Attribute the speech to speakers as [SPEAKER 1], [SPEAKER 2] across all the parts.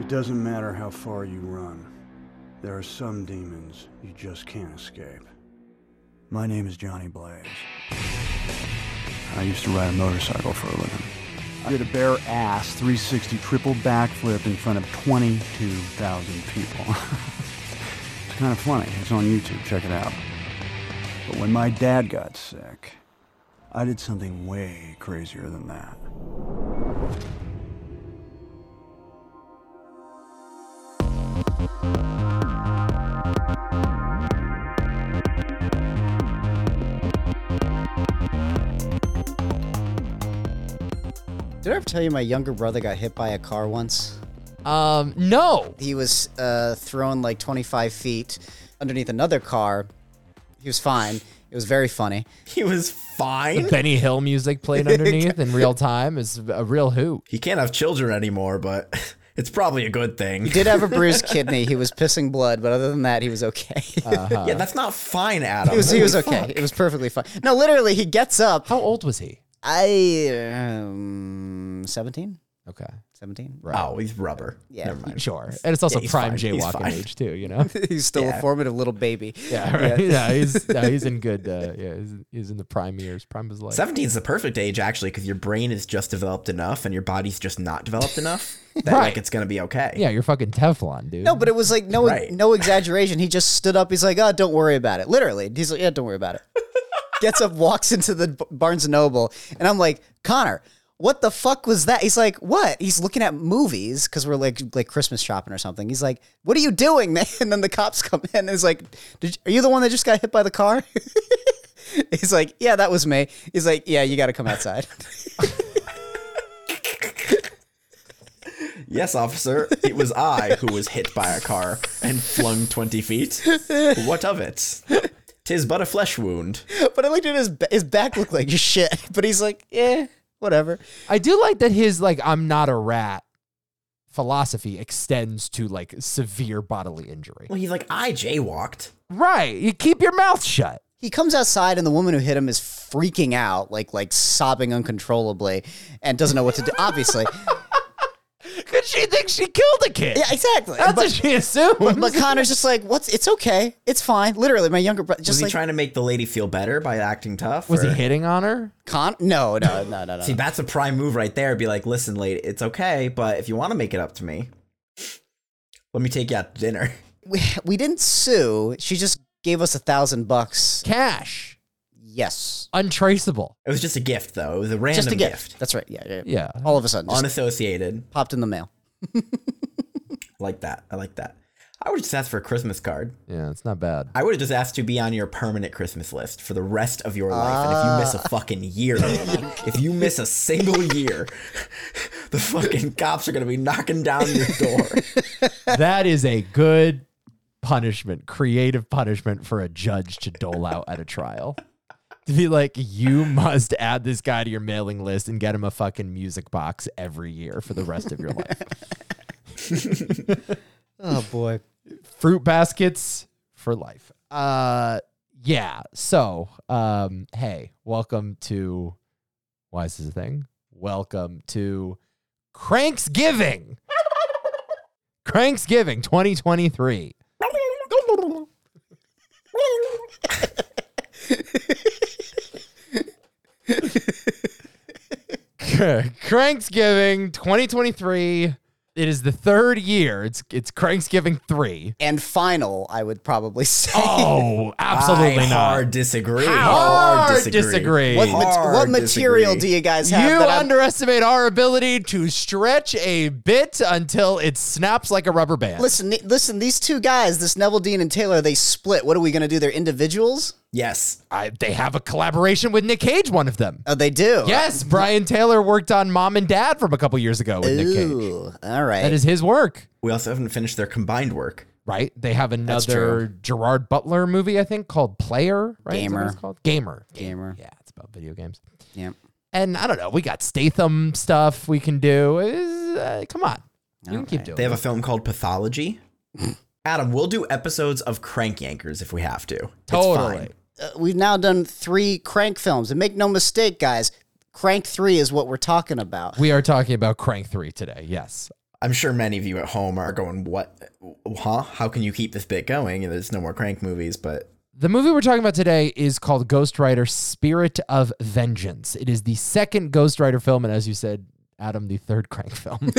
[SPEAKER 1] It doesn't matter how far you run, there are some demons you just can't escape. My name is Johnny Blaze. I used to ride a motorcycle for a living. I did a bare ass 360 triple backflip in front of 22,000 people. it's kind of funny. It's on YouTube. Check it out. But when my dad got sick, I did something way crazier than that.
[SPEAKER 2] Did I ever tell you my younger brother got hit by a car once?
[SPEAKER 3] Um, no.
[SPEAKER 2] He was uh, thrown like 25 feet underneath another car. He was fine. It was very funny.
[SPEAKER 4] He was fine.
[SPEAKER 3] Benny Hill music played underneath in real time is a real hoot.
[SPEAKER 4] He can't have children anymore, but it's probably a good thing.
[SPEAKER 2] He did have a bruised kidney. He was pissing blood, but other than that, he was okay.
[SPEAKER 4] yeah, that's not fine, Adam.
[SPEAKER 2] he was, he was
[SPEAKER 4] Uh-huh. Holy
[SPEAKER 2] okay.
[SPEAKER 4] fuck.
[SPEAKER 2] It was perfectly fine. No, literally, he gets up.
[SPEAKER 3] How old was he?
[SPEAKER 2] I um, 17,
[SPEAKER 3] Okay.
[SPEAKER 2] 17.
[SPEAKER 4] Oh, he's rubber. Yeah. Never mind.
[SPEAKER 3] Sure. And it's also
[SPEAKER 4] he's
[SPEAKER 3] prime
[SPEAKER 4] fine. He's
[SPEAKER 3] jaywalking
[SPEAKER 4] fine.
[SPEAKER 3] age too, you know?
[SPEAKER 2] He's still a formative little baby.
[SPEAKER 3] Yeah, right. Yeah, he's no, he's in good uh, yeah, he's, he's in the prime years, prime of his life.
[SPEAKER 4] 17 is the perfect age, actually, because your brain is just developed enough and your body's just not developed enough that
[SPEAKER 3] Right.
[SPEAKER 4] like, it's going to be okay.
[SPEAKER 3] Yeah, you're fucking Teflon, dude.
[SPEAKER 2] No, but it was like no,
[SPEAKER 4] Right.
[SPEAKER 2] no exaggeration. He just stood up. He's like, "Oh, don't worry about it." Literally, he's like, "Yeah, don't worry about it." Gets up, walks into the B- Barnes and Noble, and I'm like, "Connor, what the fuck was that?" He's like, "What?" He's looking at movies because we're like like Christmas shopping or something. He's like, "What are you doing, man?" And then the cops come in. and He's like, Did you, "Are you the one that just got hit by the car?" he's like, "Yeah, that was me." He's like, "Yeah, you got to come outside."
[SPEAKER 4] Yes, officer. It was I who was hit by a car and flung 20 feet. What of it? Tis but a flesh wound.
[SPEAKER 2] but I looked at his ba- his back looked like shit. But he's like, "Yeah, whatever."
[SPEAKER 3] I do like that his like I'm not a rat philosophy extends to like severe bodily injury.
[SPEAKER 4] Well, he's like, I jaywalked.
[SPEAKER 3] Right. You keep your mouth shut.
[SPEAKER 2] he comes outside and the woman who hit him is freaking out like like sobbing uncontrollably and doesn't know what to do obviously
[SPEAKER 3] Cause she thinks she killed a kid.
[SPEAKER 2] yeah exactly
[SPEAKER 3] That's
[SPEAKER 2] but,
[SPEAKER 3] what she assumes.
[SPEAKER 2] but connor's just like what's it's okay it's fine literally my younger brother
[SPEAKER 4] Was
[SPEAKER 2] just
[SPEAKER 4] he
[SPEAKER 2] like
[SPEAKER 4] trying to make the lady feel better by acting tough?
[SPEAKER 3] was he
[SPEAKER 4] or-
[SPEAKER 3] hitting on her?
[SPEAKER 2] con no no no no no
[SPEAKER 4] See, that's a prime move right there. Be like, listen, lady, it's okay, but if you want to make it up to me, let me take you out to dinner.
[SPEAKER 2] we, we didn't sue she just gave us a thousand bucks
[SPEAKER 3] Cash.
[SPEAKER 2] yes
[SPEAKER 3] Untraceable.
[SPEAKER 4] It was just a gift, though. It was a random
[SPEAKER 2] just a gift. that's right yeah, yeah
[SPEAKER 3] Yeah.
[SPEAKER 2] all of a sudden just
[SPEAKER 4] unassociated.
[SPEAKER 2] popped in the mail
[SPEAKER 4] I like that. I like that. I would just ask for a Christmas card.
[SPEAKER 3] Yeah, it's not bad.
[SPEAKER 4] I would have just asked to be on your permanent Christmas list for the rest of your life. and if you miss a fucking year, lady, if you miss a single year, the fucking cops are going to be knocking down your door.
[SPEAKER 3] that is a good punishment, creative punishment for a judge to dole out at a trial. To be like, you must add this guy to your mailing list and get him a fucking music box every year for the rest of your life.
[SPEAKER 2] oh boy
[SPEAKER 3] Fruit baskets for life. Uh yeah. So um hey, welcome to why is this a thing? Welcome to Cranksgiving. Cranksgiving 2023. Cranksgiving 2023. It is the third year. It's it's Cranksgiving 3.
[SPEAKER 2] and final i would probably say
[SPEAKER 3] Oh, absolutely
[SPEAKER 4] I
[SPEAKER 3] not.
[SPEAKER 4] hard disagree.
[SPEAKER 3] Hard disagree.
[SPEAKER 2] what, mat-
[SPEAKER 4] Hard
[SPEAKER 2] what material
[SPEAKER 4] disagree.
[SPEAKER 2] do you guys
[SPEAKER 3] You
[SPEAKER 2] have that I'm-
[SPEAKER 3] underestimate our ability to stretch a bit until it snaps like a rubber band.
[SPEAKER 2] Listen, th- listen, these two guys, this Neville Dean and Taylor, they split. What are we going to do? They're individuals?
[SPEAKER 4] Yes.
[SPEAKER 3] I, they have a collaboration with Nick Cage, one of them.
[SPEAKER 2] Oh, they do.
[SPEAKER 3] Yes, Brian Taylor worked on Mom and Dad from a couple years ago with Nick Cage.
[SPEAKER 2] Ooh, all right.
[SPEAKER 3] That is his work,
[SPEAKER 4] We also haven't finished their combined work.
[SPEAKER 3] right? They have another Gerard Butler movie, I think, called Player, right? Is that what
[SPEAKER 2] Gamer.
[SPEAKER 3] it's called? Gamer.
[SPEAKER 2] Gamer.
[SPEAKER 3] Yeah, it's about video games.
[SPEAKER 2] yeah.
[SPEAKER 3] And I don't know, we got Statham stuff we can do. Is- uh, come on. You can keep doing
[SPEAKER 4] They
[SPEAKER 3] it.
[SPEAKER 4] have a film called Pathology. Adam, we'll do episodes of Crank Yankers if we have to. It's
[SPEAKER 3] Totally.
[SPEAKER 4] fine.
[SPEAKER 2] Uh, we've now done three Crank films. And make no mistake, guys, Crank 3 is what we're talking about.
[SPEAKER 3] We are talking about Crank 3 today. Yes.
[SPEAKER 4] I'm sure many of you at home are going, "What? Huh? How can you keep this bit going?" And there's no more crank movies, but
[SPEAKER 3] The movie we're talking about today is called Ghost Rider Spirit of Vengeance. It is the second Ghost Rider film, and as you said, Adam, the third crank film.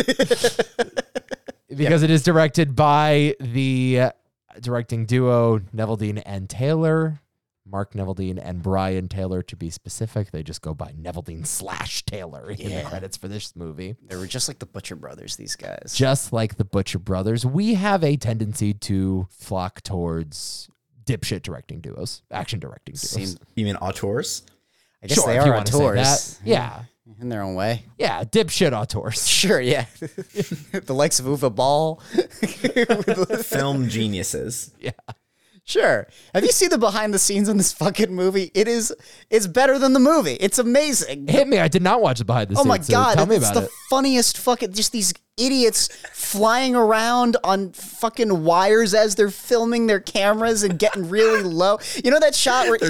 [SPEAKER 3] because it is directed by the uh, directing duo Neville Dean and Taylor, Mark Neville Dean and Brian Taylor, to be specific. They just go by Neville Dean slash Taylor in the credits for this movie
[SPEAKER 2] They were just like the Butcher Brothers, these guys.
[SPEAKER 3] just like the Butcher Brothers, we have a tendency to flock towards dipshit directing duos, action directing duos.
[SPEAKER 2] Seem,
[SPEAKER 4] you mean auteurs?
[SPEAKER 2] I guess they are auteurs
[SPEAKER 3] Yeah.
[SPEAKER 2] in their own way.
[SPEAKER 3] Yeah. Dipshit auteurs.
[SPEAKER 2] Sure, yeah. the likes of Uva Ball.
[SPEAKER 4] Film geniuses.
[SPEAKER 2] sure. Have you seen the behind the scenes on this fucking movie? It is it's better than the movie. It's amazing.
[SPEAKER 3] Hit me. I did not watch the behind the
[SPEAKER 2] Oh
[SPEAKER 3] scenes.
[SPEAKER 2] my
[SPEAKER 3] so
[SPEAKER 2] god,
[SPEAKER 3] Tell me
[SPEAKER 2] it's
[SPEAKER 3] about
[SPEAKER 2] the
[SPEAKER 3] it.
[SPEAKER 2] funniest fucking just these idiots flying around on fucking wires as they're filming their cameras and getting really low. You know that shot where
[SPEAKER 4] They're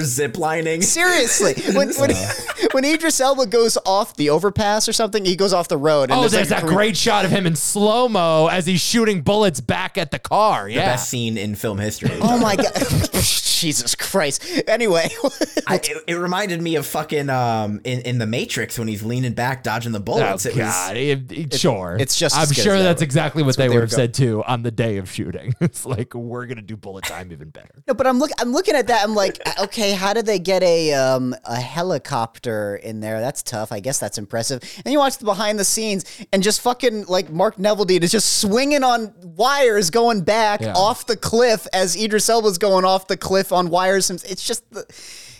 [SPEAKER 4] ziplining.
[SPEAKER 2] Seriously, when when, when Idris Elba goes off the overpass or something, he goes off the road. And
[SPEAKER 3] Oh, there's
[SPEAKER 2] like
[SPEAKER 3] that great shot of him in slow mo as he's shooting bullets back at the car. Yeah.
[SPEAKER 4] Best scene in film history.
[SPEAKER 2] Oh my god, Jesus Christ! Anyway,
[SPEAKER 4] I, it, it reminded me of fucking um in, in the Matrix when he's leaning back dodging the bullets.
[SPEAKER 3] oh,
[SPEAKER 4] it
[SPEAKER 3] God.
[SPEAKER 4] was
[SPEAKER 3] It- it- sure.
[SPEAKER 2] it's just
[SPEAKER 3] I'm
[SPEAKER 2] as good as
[SPEAKER 3] sure
[SPEAKER 2] that
[SPEAKER 3] that's
[SPEAKER 2] one.
[SPEAKER 3] exactly what they,
[SPEAKER 2] they
[SPEAKER 3] would
[SPEAKER 2] were
[SPEAKER 3] have said too on the day of shooting. It's like, we're going to do bullet time even better.
[SPEAKER 2] no, but I'm look, I'm looking at that. I'm like, okay, how did they get a um a helicopter in there? That's tough. I guess that's impressive. And you watch the behind the scenes, and just fucking like Mark Neville Dean is just swinging on wires going back
[SPEAKER 3] Yeah.
[SPEAKER 2] off the cliff as Idris Elba's going off the cliff on wires. hims- It's just the,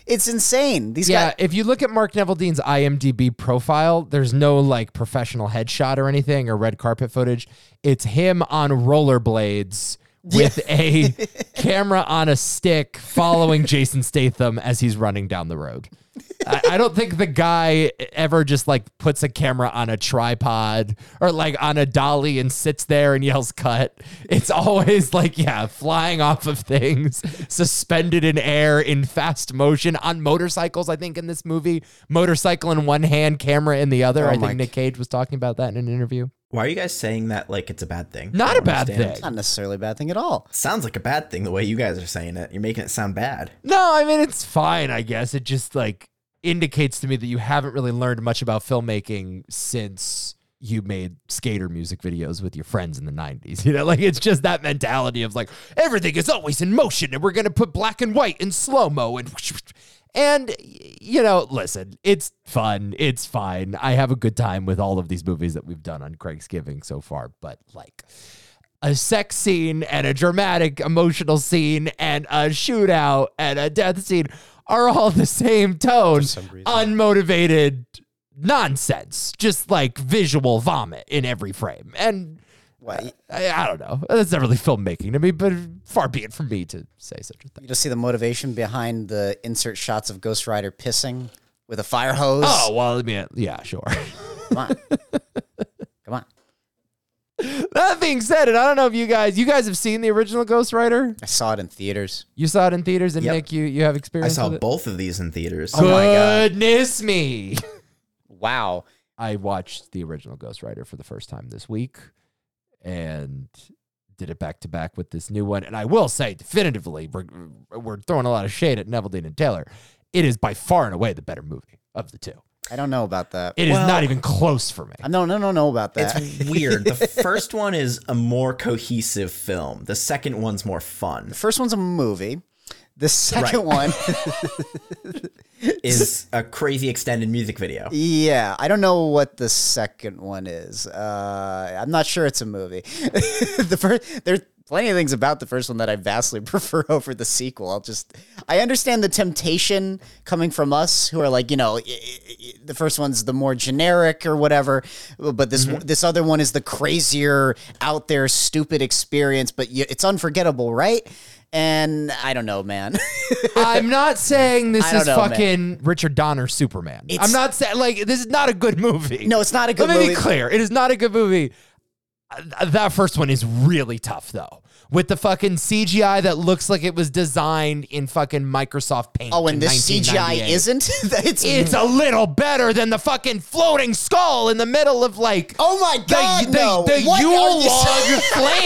[SPEAKER 2] it's insane. These
[SPEAKER 3] Yeah,
[SPEAKER 2] guys.
[SPEAKER 3] if you look at Mark Neville Dean's IMDb profile, there's no like professional headshot or anything or red carpet footage. It's him on rollerblades with a camera on a stick following Jason Statham as he's running down the road. I, I don't think the guy ever just like puts a camera on a tripod or like on a dolly and sits there and yells cut. It's always like, yeah, flying off of things, suspended in air in fast motion on motorcycles, I think, in this movie. Motorcycle in one hand, camera in the other. I
[SPEAKER 2] my
[SPEAKER 3] think Nick Cage was talking about that in an interview.
[SPEAKER 4] why are you guys saying that like it's a bad thing?
[SPEAKER 3] Not
[SPEAKER 4] I
[SPEAKER 3] a
[SPEAKER 4] don't
[SPEAKER 3] bad
[SPEAKER 4] understand.
[SPEAKER 3] thing.
[SPEAKER 2] Not necessarily a bad thing at all.
[SPEAKER 4] Sounds like a bad thing the way you guys are saying it. You're making it sound bad.
[SPEAKER 3] No, I mean it's fine, I guess. It just like indicates to me that you haven't really learned much about filmmaking since you made skater music videos with your friends in the 90s. You know, like it's just that mentality of like everything is always in motion and we're going to put black and white in slow-mo and and you know, listen, it's fun. It's fine. I have a good time with all of these movies that we've done on Craig's Giving so far, but like a sex scene and a dramatic emotional scene and a shootout and a death scene are all the same tone unmotivated nonsense just like visual vomit in every frame and
[SPEAKER 2] What?
[SPEAKER 3] I, I don't know that's not really filmmaking to me but far be it from me to say such a thing
[SPEAKER 2] You just see the motivation behind the insert shots of Ghost Rider pissing with a fire hose.
[SPEAKER 3] oh well I mean yeah sure
[SPEAKER 2] come on, come on!
[SPEAKER 3] that being said and I don't know if you guys you guys have seen the original Ghost Rider
[SPEAKER 2] I saw it in theaters.
[SPEAKER 3] you saw it in theaters and
[SPEAKER 4] Yep.
[SPEAKER 3] Nick you you have
[SPEAKER 4] I
[SPEAKER 3] experience
[SPEAKER 4] saw
[SPEAKER 3] with it?
[SPEAKER 4] both of Oh, these in theaters.
[SPEAKER 2] my God.
[SPEAKER 3] goodness me
[SPEAKER 2] Wow,
[SPEAKER 3] I watched the original Ghost Rider for the first time this week and did it back to back with this new one. And I will say, definitively, we're, we're throwing a lot of shade at Neville Dean and Taylor. It is by far and away the better movie of the two.
[SPEAKER 2] I don't know about that.
[SPEAKER 3] It is not even close for me.
[SPEAKER 2] I no, no, no, no about that.
[SPEAKER 4] It's weird. The first one is a more cohesive film. The second one's more fun.
[SPEAKER 2] the first one's a movie. The second one,
[SPEAKER 4] Is a crazy extended music video.
[SPEAKER 2] yeah, I don't know what the second one is. Uh, I'm not sure it's a movie. the first, there's plenty of things about the first one that I vastly prefer over the sequel. I'll just, I understand the temptation coming from us who are like, you know, i- i- i- the first one's the more generic or whatever, but this this other one is the crazier, out there, stupid experience. But you, it's unforgettable, right? And I don't know, man.
[SPEAKER 3] I'm not saying this
[SPEAKER 2] I don't
[SPEAKER 3] is
[SPEAKER 2] know, man.
[SPEAKER 3] fucking Richard Donner Superman. I'm
[SPEAKER 2] It's-
[SPEAKER 3] not saying, like, this is not a good movie.
[SPEAKER 2] no, it's not a good
[SPEAKER 3] Let me
[SPEAKER 2] movie.
[SPEAKER 3] be clear. It is not a good movie. Uh, That first one is really tough, though. with the fucking CGI that looks like it was designed in fucking Microsoft Paint.
[SPEAKER 2] Oh, and
[SPEAKER 3] in
[SPEAKER 2] this CGI
[SPEAKER 3] 1998.
[SPEAKER 2] isn't. it's
[SPEAKER 3] It's a little better than the fucking floating skull in the middle of like.
[SPEAKER 2] Oh my
[SPEAKER 3] the,
[SPEAKER 2] god!
[SPEAKER 3] the,
[SPEAKER 2] no.
[SPEAKER 3] the
[SPEAKER 2] What are
[SPEAKER 3] Yule
[SPEAKER 2] you
[SPEAKER 3] log
[SPEAKER 2] saying?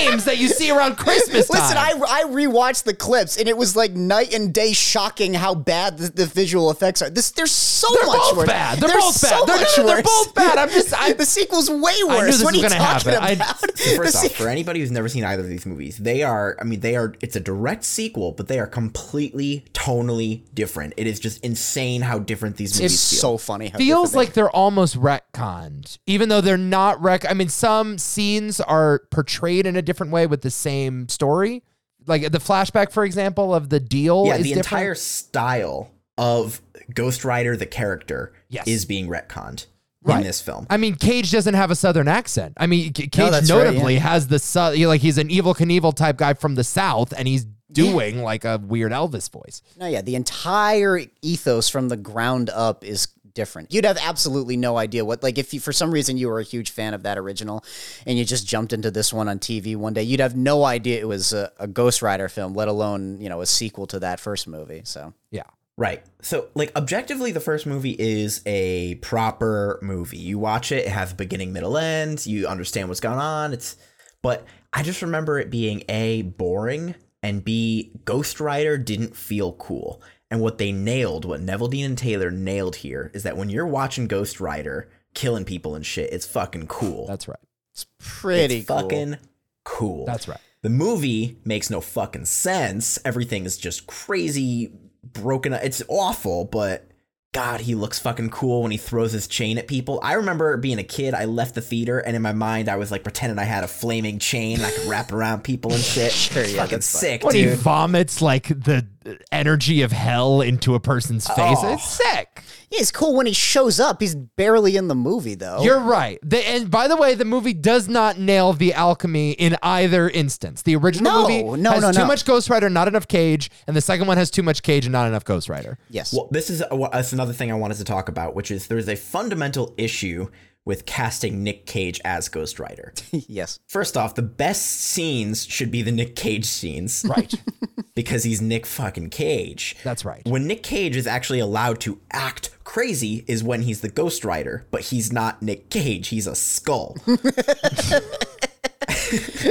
[SPEAKER 3] flames that you see around Christmas time.
[SPEAKER 2] Listen, I, I rewatched the clips and it was like night and day shocking how bad the, the visual effects are. This there's so
[SPEAKER 3] They're
[SPEAKER 2] much
[SPEAKER 3] both
[SPEAKER 2] worse.
[SPEAKER 3] bad. They're both bad.
[SPEAKER 2] so
[SPEAKER 3] They're-
[SPEAKER 2] much
[SPEAKER 3] they're
[SPEAKER 2] worse.
[SPEAKER 3] both bad. I'm just- I-
[SPEAKER 2] the sequel's way worse.
[SPEAKER 3] knew this
[SPEAKER 2] what
[SPEAKER 3] was
[SPEAKER 2] are you
[SPEAKER 3] gonna
[SPEAKER 2] talking
[SPEAKER 3] happen. I-
[SPEAKER 2] about?
[SPEAKER 4] So
[SPEAKER 2] The
[SPEAKER 4] first off,
[SPEAKER 2] sequel-
[SPEAKER 4] for anybody who's never seen either of these movies, they are, I mean, they are, it's a direct sequel, but they are completely tonally different. It is just insane how different these movies
[SPEAKER 2] it's
[SPEAKER 4] feel.
[SPEAKER 2] so funny. How
[SPEAKER 3] feels
[SPEAKER 2] different
[SPEAKER 3] like they're almost retconned, even though they're not rec. I mean, some scenes are portrayed in a different way with the same story. Like the flashback, for example, of the deal.
[SPEAKER 4] yeah,
[SPEAKER 3] is
[SPEAKER 4] the
[SPEAKER 3] different.
[SPEAKER 4] entire style of Ghost Rider, the character,
[SPEAKER 3] Yes.
[SPEAKER 4] is being retconned
[SPEAKER 3] Right.
[SPEAKER 4] in this film.
[SPEAKER 3] I mean, Cage doesn't have a Southern accent. I mean, C-
[SPEAKER 2] No,
[SPEAKER 3] Cage
[SPEAKER 2] that's right,
[SPEAKER 3] notably has the sou- he- like he's an evil Knievel type guy from the South, and he's doing like a weird Elvis voice.
[SPEAKER 2] they- no, yeah, the entire ethos from the ground up is different. You'd have absolutely no idea what like if you for some reason you were a huge fan of that original and you just jumped into this one on TV one day, you'd have no idea it was a, a Ghost Rider film, let alone, you know, a sequel to that first movie. So
[SPEAKER 3] Yeah,
[SPEAKER 4] Right. So, like, objectively, the first movie is a proper movie. You watch it, it has beginning, middle, end. You understand what's going on. It's, but I just remember it being A, boring, and B, Ghost Rider didn't feel cool. And what they nailed, what Neville Dean and Taylor nailed here, is that when you're watching Ghost Rider killing people and shit, it's fucking cool.
[SPEAKER 3] that's right.
[SPEAKER 2] it's pretty
[SPEAKER 4] it's
[SPEAKER 2] cool.
[SPEAKER 4] fucking cool.
[SPEAKER 3] That's right.
[SPEAKER 4] The movie makes no fucking sense. Everything is just crazy, broken up. It's awful, but God, he looks fucking cool when he throws his chain at people. I remember being a kid, I left the theater, and in my mind, I was like pretending I had a flaming chain and I could wrap around people and shit.
[SPEAKER 2] Sure,
[SPEAKER 4] It's
[SPEAKER 2] yeah,
[SPEAKER 4] fucking
[SPEAKER 2] that's fun.
[SPEAKER 4] sick,
[SPEAKER 3] When he
[SPEAKER 4] dude.
[SPEAKER 3] vomits like the energy of hell into a person's face,
[SPEAKER 4] Oh.
[SPEAKER 3] it's sick.
[SPEAKER 2] Yeah, it's cool when he shows up. He's barely in the movie though.
[SPEAKER 3] You're right. The, and by the way, the movie does not nail the alchemy in either instance. The original
[SPEAKER 2] No,
[SPEAKER 3] movie
[SPEAKER 2] no,
[SPEAKER 3] has
[SPEAKER 2] no,
[SPEAKER 3] too
[SPEAKER 2] no.
[SPEAKER 3] much Ghost Rider, not enough Cage, and the second one has too much Cage and not enough Ghost Rider.
[SPEAKER 2] yes.
[SPEAKER 4] Well, this is a, that's another thing I wanted to talk about, which is there's a fundamental issue with casting Nick Cage as Ghost Rider.
[SPEAKER 2] yes.
[SPEAKER 4] First off, the best scenes should be the Nick Cage scenes.
[SPEAKER 3] Right.
[SPEAKER 4] because he's Nick fucking Cage.
[SPEAKER 3] That's right.
[SPEAKER 4] When Nick Cage is actually allowed to act crazy is when he's the Ghost Rider, but he's not Nick Cage. He's a skull.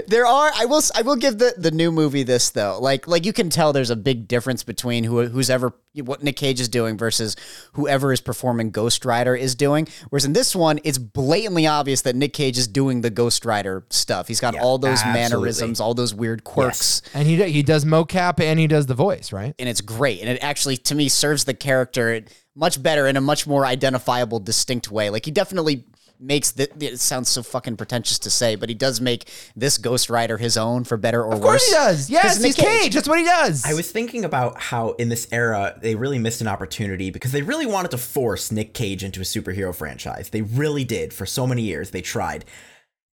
[SPEAKER 2] There are. I will. s- I will give the the new movie this though. Like like you can tell there's a big difference between who who's ever what Nick Cage is doing versus whoever is performing Ghost Rider is doing. Whereas in this one, it's blatantly obvious that Nick Cage is doing the Ghost Rider stuff. He's got all those
[SPEAKER 4] absolutely.
[SPEAKER 2] mannerisms, all those weird quirks.
[SPEAKER 3] And he do- he does mocap and he does the voice, right?
[SPEAKER 2] and it's great. And it actually, to me, serves the character much better in a much more identifiable, distinct way. Like he definitely makes the, it sounds so fucking pretentious to say, but he does make this Ghost Rider his own for better or
[SPEAKER 3] Of
[SPEAKER 2] worse.
[SPEAKER 3] course he does.
[SPEAKER 2] 'Cause
[SPEAKER 3] Yes,
[SPEAKER 2] Nick
[SPEAKER 3] he's Cage. That's what he does.
[SPEAKER 4] I was thinking about how in this era they really missed an opportunity because they really wanted to force Nick Cage into a superhero franchise. They really did for so many years. They tried.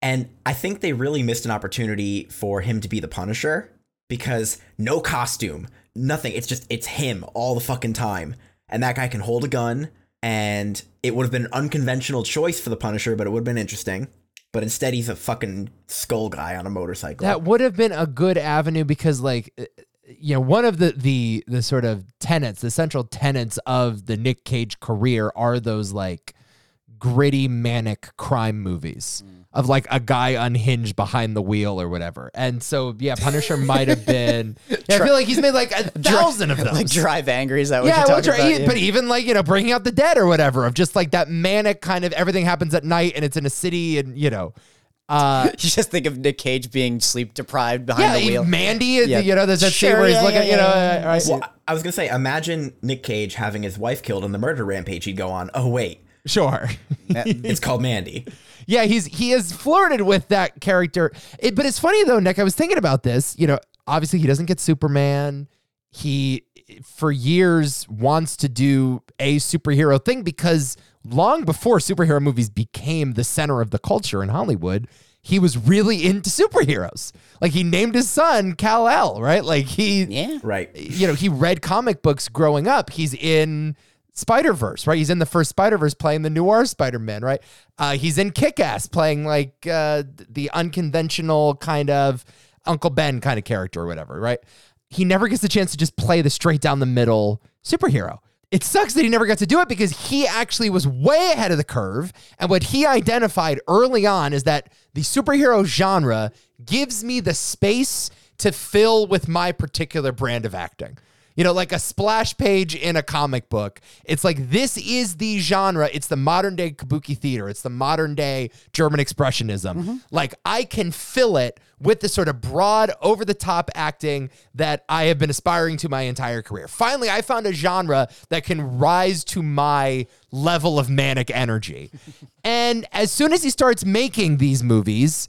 [SPEAKER 4] And I think they really missed an opportunity for him to be the Punisher because no costume, nothing. It's just, it's him all the fucking time. And that guy can hold a gun. And it would have been an unconventional choice for the Punisher, but it would have been interesting. But instead, he's a fucking skull guy on a motorcycle.
[SPEAKER 3] That would have been a good avenue because, like, uh, you know, one of the the the sort of tenets, the central tenets of the Nick Cage career are those like gritty manic crime movies
[SPEAKER 2] Mm.
[SPEAKER 3] of like a guy unhinged behind the wheel or whatever. And so, yeah, Punisher might have been. Yeah, I feel like he's made like a thousand of those.
[SPEAKER 2] Like Drive Angry, is that what
[SPEAKER 3] yeah,
[SPEAKER 2] you're
[SPEAKER 3] well,
[SPEAKER 2] talking
[SPEAKER 3] dra-
[SPEAKER 2] about?
[SPEAKER 3] e- but even like you know, bringing out the dead or whatever of just like that manic kind of everything happens at night and it's in a city and you know, uh,
[SPEAKER 2] you just think of Nick Cage being sleep deprived behind
[SPEAKER 3] yeah,
[SPEAKER 2] the wheel.
[SPEAKER 3] even Mandy,
[SPEAKER 2] Yeah.
[SPEAKER 3] you know, there's that scene
[SPEAKER 2] Sure,
[SPEAKER 3] where he's
[SPEAKER 2] yeah,
[SPEAKER 3] looking,
[SPEAKER 2] yeah,
[SPEAKER 3] you know,
[SPEAKER 2] yeah, yeah.
[SPEAKER 3] uh, right?
[SPEAKER 4] Well, I- I was gonna say, imagine Nick Cage having his wife killed in the murder rampage. He'd go on, "Oh wait,
[SPEAKER 3] sure,
[SPEAKER 4] it's called Mandy."
[SPEAKER 3] yeah, he's he has flirted with that character, It- but it's funny though, Nick. I was thinking about this, you know, obviously he doesn't get Superman. He for years wants to do a superhero thing because long before superhero movies became the center of the culture in Hollywood, he was really into superheroes. Like he named his son Kal El, right? Like he
[SPEAKER 2] yeah.
[SPEAKER 4] Right.
[SPEAKER 3] you know, he read comic books growing up. He's in Spider Verse, right? He's in the first Spider Verse playing the noir Spider Man, right? Uh, he's in Kick Ass playing like uh, the unconventional kind of Uncle Ben kind of character or whatever, right? He never gets the chance to just play the straight down the middle superhero. It sucks that he never got to do it because he actually was way ahead of the curve. And what he identified early on is that the superhero genre gives me the space to fill with my particular brand of acting. You know, like a splash page in a comic book. It's like this is the genre. It's the modern day kabuki theater. It's the modern day German expressionism. Like I can fill it with the sort of broad, over the top acting that I have been aspiring to my entire career. Finally, I found a genre that can rise to my level of manic energy. and as soon as he starts making these movies,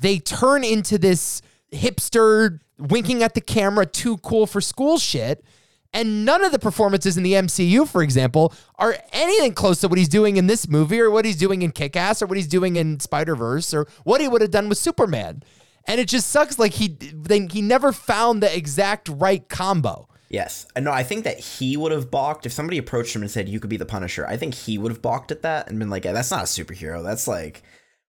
[SPEAKER 3] they turn into this hipster winking at the camera too cool for school shit and none of the performances in the MCU for example are anything close to what he's doing in this movie or what he's doing in Kick-Ass or what he's doing in Spider-Verse or what he would have done with Superman and it just sucks like he then he never found the exact right combo
[SPEAKER 4] Yes. Uh, No, I think that he would have balked if somebody approached him and said, You could be the Punisher. I think he would have balked at that and been like, Yeah, that's not a superhero. That's like.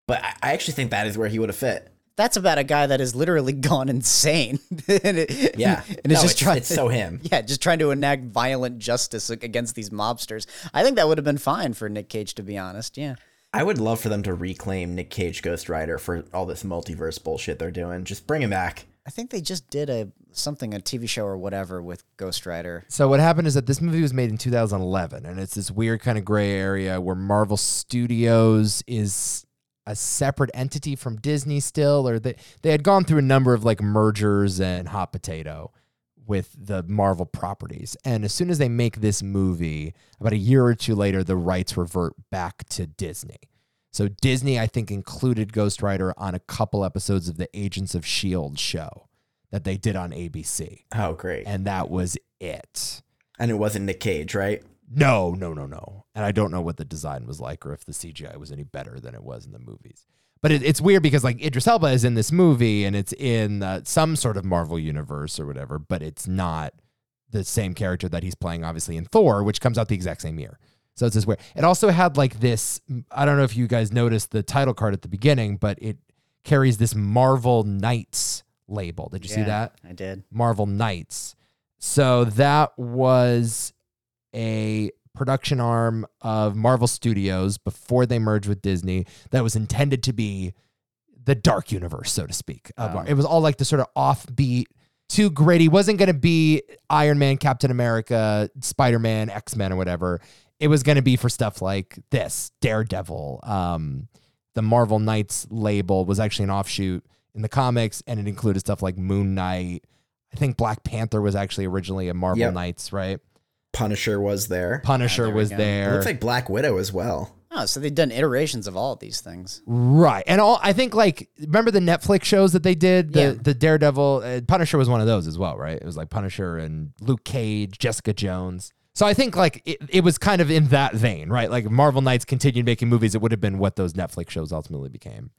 [SPEAKER 4] But I I actually think that is where he would have fit.
[SPEAKER 2] That's about a guy that has literally gone insane. and it-
[SPEAKER 4] Yeah.
[SPEAKER 2] And it's
[SPEAKER 4] No,
[SPEAKER 2] just
[SPEAKER 4] it's,
[SPEAKER 2] trying
[SPEAKER 4] it's so him.
[SPEAKER 2] Yeah, just trying to enact violent justice ag- against these mobsters. I think that would have been fine for Nick Cage, to be honest. Yeah.
[SPEAKER 4] I would love for them to reclaim Nick Cage Ghost Rider for all this multiverse bullshit they're doing. Just bring him back.
[SPEAKER 2] I think they just did a something, a TV show or whatever with Ghost Rider.
[SPEAKER 3] So what happened is that this movie was made in 2011, and it's this weird kind of gray area where Marvel Studios is a separate entity from Disney still, or they they had gone through a number of like mergers and hot potato with the Marvel properties. And as soon as they make this movie, about a year or two later, the rights revert back to Disney. So Disney, I think, included Ghost Rider on a couple episodes of the Agents of Shield E show that they did on ABC,
[SPEAKER 4] Oh, great.
[SPEAKER 3] and that was it.
[SPEAKER 4] And it wasn't Nick Cage, right?
[SPEAKER 3] No, no, no, no. And I don't know what the design was like or if the CGI was any better than it was in the movies. But it, it's weird because like Idris Elba is in this movie and it's in uh, some sort of Marvel universe or whatever, but it's not the same character that he's playing obviously in Thor, which comes out the exact same year. So it's this weird. It also had like this. I don't know if you guys noticed the title card at the beginning, but it carries this Marvel Knights label. Did you see
[SPEAKER 2] Yeah,
[SPEAKER 3] that?
[SPEAKER 2] I did.
[SPEAKER 3] Marvel Knights. So that was a production arm of Marvel Studios before they merged with Disney that was intended to be the dark universe, so to speak. of Mar-
[SPEAKER 2] Oh.
[SPEAKER 3] It was all like the sort of offbeat, too gritty. Wasn't going to be Iron Man, Captain America, Spider Man, X Men, or whatever. It was going to be for stuff like this Daredevil. Um, the Marvel Knights label was actually an offshoot in the comics, and it included stuff like Moon Knight. I think Black Panther was actually originally a Marvel
[SPEAKER 4] Yep.
[SPEAKER 3] Knights, right?
[SPEAKER 4] Punisher was there.
[SPEAKER 3] Punisher
[SPEAKER 2] there we
[SPEAKER 3] was
[SPEAKER 2] go.
[SPEAKER 4] It
[SPEAKER 3] there.
[SPEAKER 4] looks like Black Widow as well.
[SPEAKER 2] Oh, so they've done iterations of all of these things.
[SPEAKER 3] Right. And all I think like remember the Netflix shows that they did? The
[SPEAKER 2] Yeah.
[SPEAKER 3] the Daredevil uh, Punisher was one of those as well, right? It was like Punisher and Luke Cage, Jessica Jones. So I think like it, it was kind of in that vein, right? Like if Marvel Knights continued making movies, it would have been what those Netflix shows ultimately became.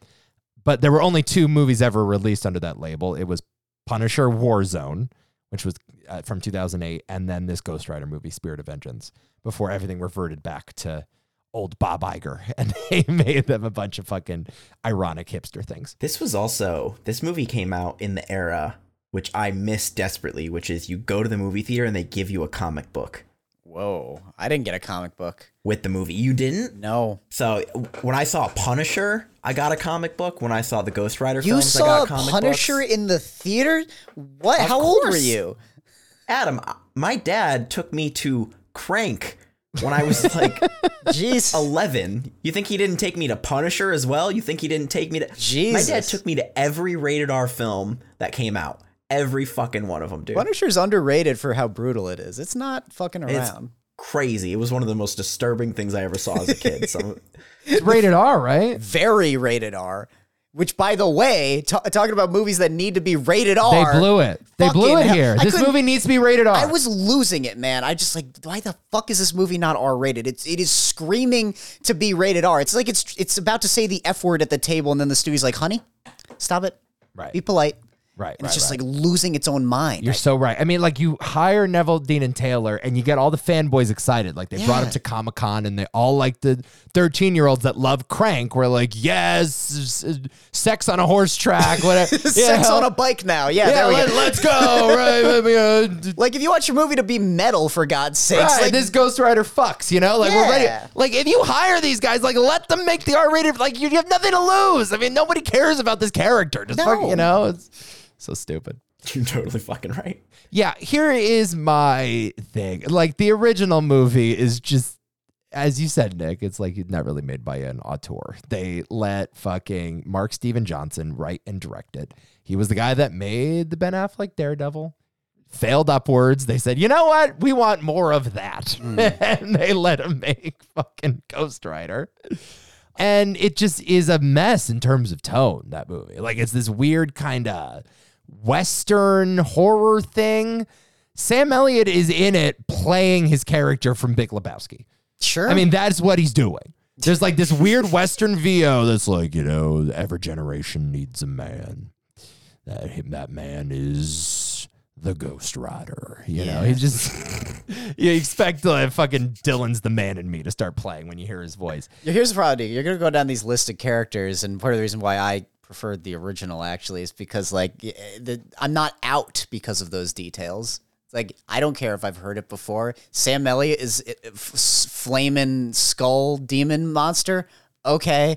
[SPEAKER 3] But there were only two movies ever released under that label. It was Punisher Warzone, which was uh, from 2008, and then this Ghost Rider movie, Spirit of Vengeance, before everything reverted back to old Bob Iger, and they made them a bunch of fucking ironic hipster things.
[SPEAKER 4] This was also this movie came out in the era which I miss desperately, which is you go to the movie theater and they give you a comic book
[SPEAKER 2] Whoa. I didn't get a comic book.
[SPEAKER 4] with the movie. You didn't?
[SPEAKER 2] No.
[SPEAKER 4] So w- when I saw Punisher, I got a comic book. When I saw the Ghost Rider
[SPEAKER 2] You
[SPEAKER 4] films, I
[SPEAKER 2] saw
[SPEAKER 4] got comic
[SPEAKER 2] Punisher
[SPEAKER 4] books.
[SPEAKER 2] in the theater? What? How old were
[SPEAKER 4] course.
[SPEAKER 2] you?
[SPEAKER 4] Adam, I- my dad took me to Crank when I was like
[SPEAKER 2] Jeez.
[SPEAKER 4] 11. You think he didn't take me to Punisher as well? You think he didn't take me to My dad
[SPEAKER 2] Jesus.
[SPEAKER 4] took me to every rated R film that came out. Every fucking one of them, dude.
[SPEAKER 2] Punisher's underrated for how brutal it is. It's not fucking
[SPEAKER 4] It's
[SPEAKER 2] around.
[SPEAKER 4] crazy. It was one of the most disturbing things I ever saw as a kid. So
[SPEAKER 3] It's rated R, right?
[SPEAKER 2] Very rated R. Which, by the way, ta talking about movies that need to be rated R.
[SPEAKER 3] They blew it. They blew
[SPEAKER 2] Fucking
[SPEAKER 3] it
[SPEAKER 2] hell.
[SPEAKER 3] here.
[SPEAKER 2] I
[SPEAKER 3] This
[SPEAKER 2] couldn't-
[SPEAKER 3] movie needs to be rated R.
[SPEAKER 2] I was losing it, man. I just like, why the fuck is this movie not R rated? It's it is screaming to be rated R. It's like it's it's about to say the F word at the table, and then the studio's like, honey, stop it.
[SPEAKER 3] Right.
[SPEAKER 2] Be polite.
[SPEAKER 3] Right.
[SPEAKER 2] and it's just like losing its own mind.
[SPEAKER 3] You're
[SPEAKER 2] I-
[SPEAKER 3] so right. I mean, like you hire Neville, Dean, and Taylor, and you get all the fanboys excited. Like they brought
[SPEAKER 2] Yeah.
[SPEAKER 3] him to Comic Con, and they all like the 13 year olds that love Crank. Were like, yes, s- sex on a horse track, whatever.
[SPEAKER 2] Sex on a bike now. Yeah,
[SPEAKER 3] yeah.
[SPEAKER 2] there we
[SPEAKER 3] let,
[SPEAKER 2] go.
[SPEAKER 3] us go. Right. let me, uh, d-
[SPEAKER 2] Like if you watch your movie to be metal, for God's sakes,
[SPEAKER 3] right,
[SPEAKER 2] like
[SPEAKER 3] this Ghost Rider fucks, you know? Like we're
[SPEAKER 2] Yeah.
[SPEAKER 3] ready. Like if you hire these guys, like let them make the R rated. Like you have nothing to lose. I mean, nobody cares about this character. Just fuck,
[SPEAKER 2] No.
[SPEAKER 3] you know, it's so stupid.
[SPEAKER 4] You're totally fucking right.
[SPEAKER 3] Yeah, here is my thing. Like the original movie is just as you said, Nick, it's like it's not really made by an auteur. They let fucking Mark Steven Johnson write and direct it. He was the guy that made the Ben Affleck Daredevil. Failed upwards. They said, you know what? We want more of that. and they let him make fucking Ghost Rider. And it just is a mess in terms of tone, that movie. Like it's this weird kind of Western horror thing. Sam Elliott is in it playing his character from Big Lebowski.
[SPEAKER 2] sure.
[SPEAKER 3] I mean, that's what he's doing. There's like this weird Western VO that's like, you know, every generation needs a man. That him, that man is the Ghost Rider. You know, he just you expect uh, fucking Dylan's the man in me to start playing when you hear his voice.
[SPEAKER 2] Yeah, Here's the problem, dude. You're gonna go down these list of characters, and part of the reason why I preferred the original actually is because like y- eh, the, I'm not out because of those details. It's Like I don't care if I've heard it before. Sam Elliott is uh, f- s- flaming skull demon monster. Okay,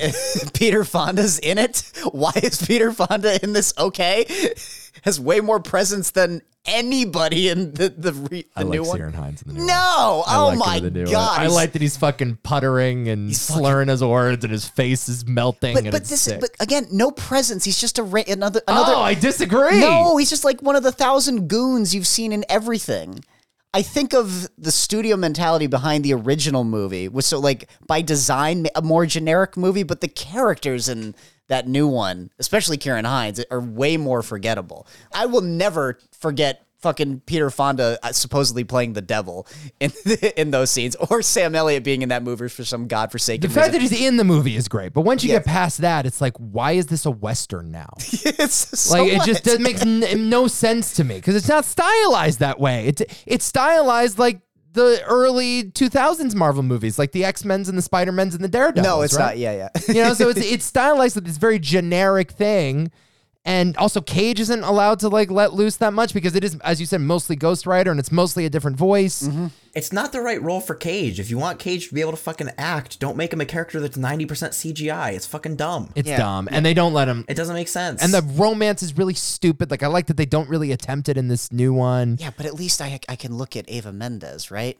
[SPEAKER 2] Peter Fonda's in it. Why is Peter Fonda in this? Okay, has way more presence than anybody in the the, re- the
[SPEAKER 3] I like
[SPEAKER 2] new one.
[SPEAKER 3] Ciaran Hines in the new one.
[SPEAKER 2] No!
[SPEAKER 3] I
[SPEAKER 2] oh
[SPEAKER 3] like him
[SPEAKER 2] my
[SPEAKER 3] in the new one.
[SPEAKER 2] god!
[SPEAKER 3] I
[SPEAKER 2] he's-
[SPEAKER 3] like that he's fucking puttering and slurring his words, and his face is melting.
[SPEAKER 2] But,
[SPEAKER 3] and
[SPEAKER 2] but
[SPEAKER 3] it's
[SPEAKER 2] this,
[SPEAKER 3] sick.
[SPEAKER 2] but again, no presence. He's just a ra- another another.
[SPEAKER 3] oh, I disagree.
[SPEAKER 2] no, he's just like one of the thousand goons you've seen in everything. I think of the studio mentality behind the original movie was so like by design a more generic movie, but the characters in that new one, especially Karen Hines, are way more forgettable. I will never forget fucking Peter Fonda uh, supposedly playing the devil in in those scenes, or Sam Elliott being in that movie for some godforsaken
[SPEAKER 3] The
[SPEAKER 2] reason.
[SPEAKER 3] fact that he's in the movie is great, but once you
[SPEAKER 2] Yes.
[SPEAKER 3] get past that, it's like, why is this a western now?
[SPEAKER 2] It's so
[SPEAKER 3] Like, it
[SPEAKER 2] what?
[SPEAKER 3] just it makes n- no sense to me because it's not stylized that way. It's it's stylized like the early two thousands Marvel movies, like the X Men's and the Spider Men's and the Daredevils.
[SPEAKER 2] No, it's
[SPEAKER 3] right?
[SPEAKER 2] not. Yeah, yeah.
[SPEAKER 3] You know, so it's it's stylized with this very generic thing. And also Cage isn't allowed to like let loose that much because it is, as you said, mostly Ghost Rider and it's mostly a different voice.
[SPEAKER 4] It's not the right role for Cage. If you want Cage to be able to fucking act, don't make him a character that's 90% CGI. It's fucking dumb.
[SPEAKER 3] It's dumb. And they don't let him
[SPEAKER 4] It doesn't make sense.
[SPEAKER 3] and the romance is really stupid. Like I like that they don't really attempt it in this new one.
[SPEAKER 2] yeah, but at least I I can look at Ava Mendes, right?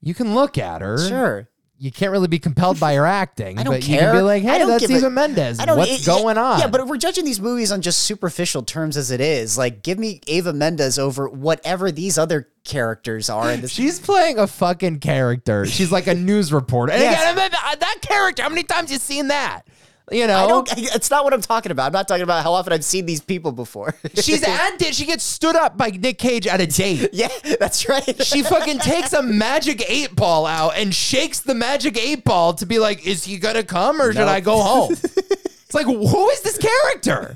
[SPEAKER 3] You can look at her.
[SPEAKER 2] Sure.
[SPEAKER 3] You can't really be compelled by her acting.
[SPEAKER 2] I don't
[SPEAKER 3] but
[SPEAKER 2] care.
[SPEAKER 3] You can be like,
[SPEAKER 2] I
[SPEAKER 3] hey,
[SPEAKER 2] don't
[SPEAKER 3] that's
[SPEAKER 2] give a-
[SPEAKER 3] Eva Mendes.
[SPEAKER 2] I don't.
[SPEAKER 3] What's
[SPEAKER 2] it- it-
[SPEAKER 3] going on?
[SPEAKER 2] Yeah, but if we're judging these movies on just superficial terms as it is, like give me Ava Mendes over whatever these other characters are in this.
[SPEAKER 3] She's playing a fucking character. She's like a news reporter. And
[SPEAKER 2] Yes.
[SPEAKER 3] again, I mean, th- that character, how many times you seen that? You
[SPEAKER 2] I
[SPEAKER 3] know,
[SPEAKER 2] don't. It's not what I'm talking about. I'm not talking about how often I've seen these people before.
[SPEAKER 3] she's at it. She gets stood up by Nick Cage at a date.
[SPEAKER 2] yeah, that's right.
[SPEAKER 3] She fucking takes a magic eight ball out and shakes the magic eight ball to be like, is he gonna come or should I go home? It's like, who is this character?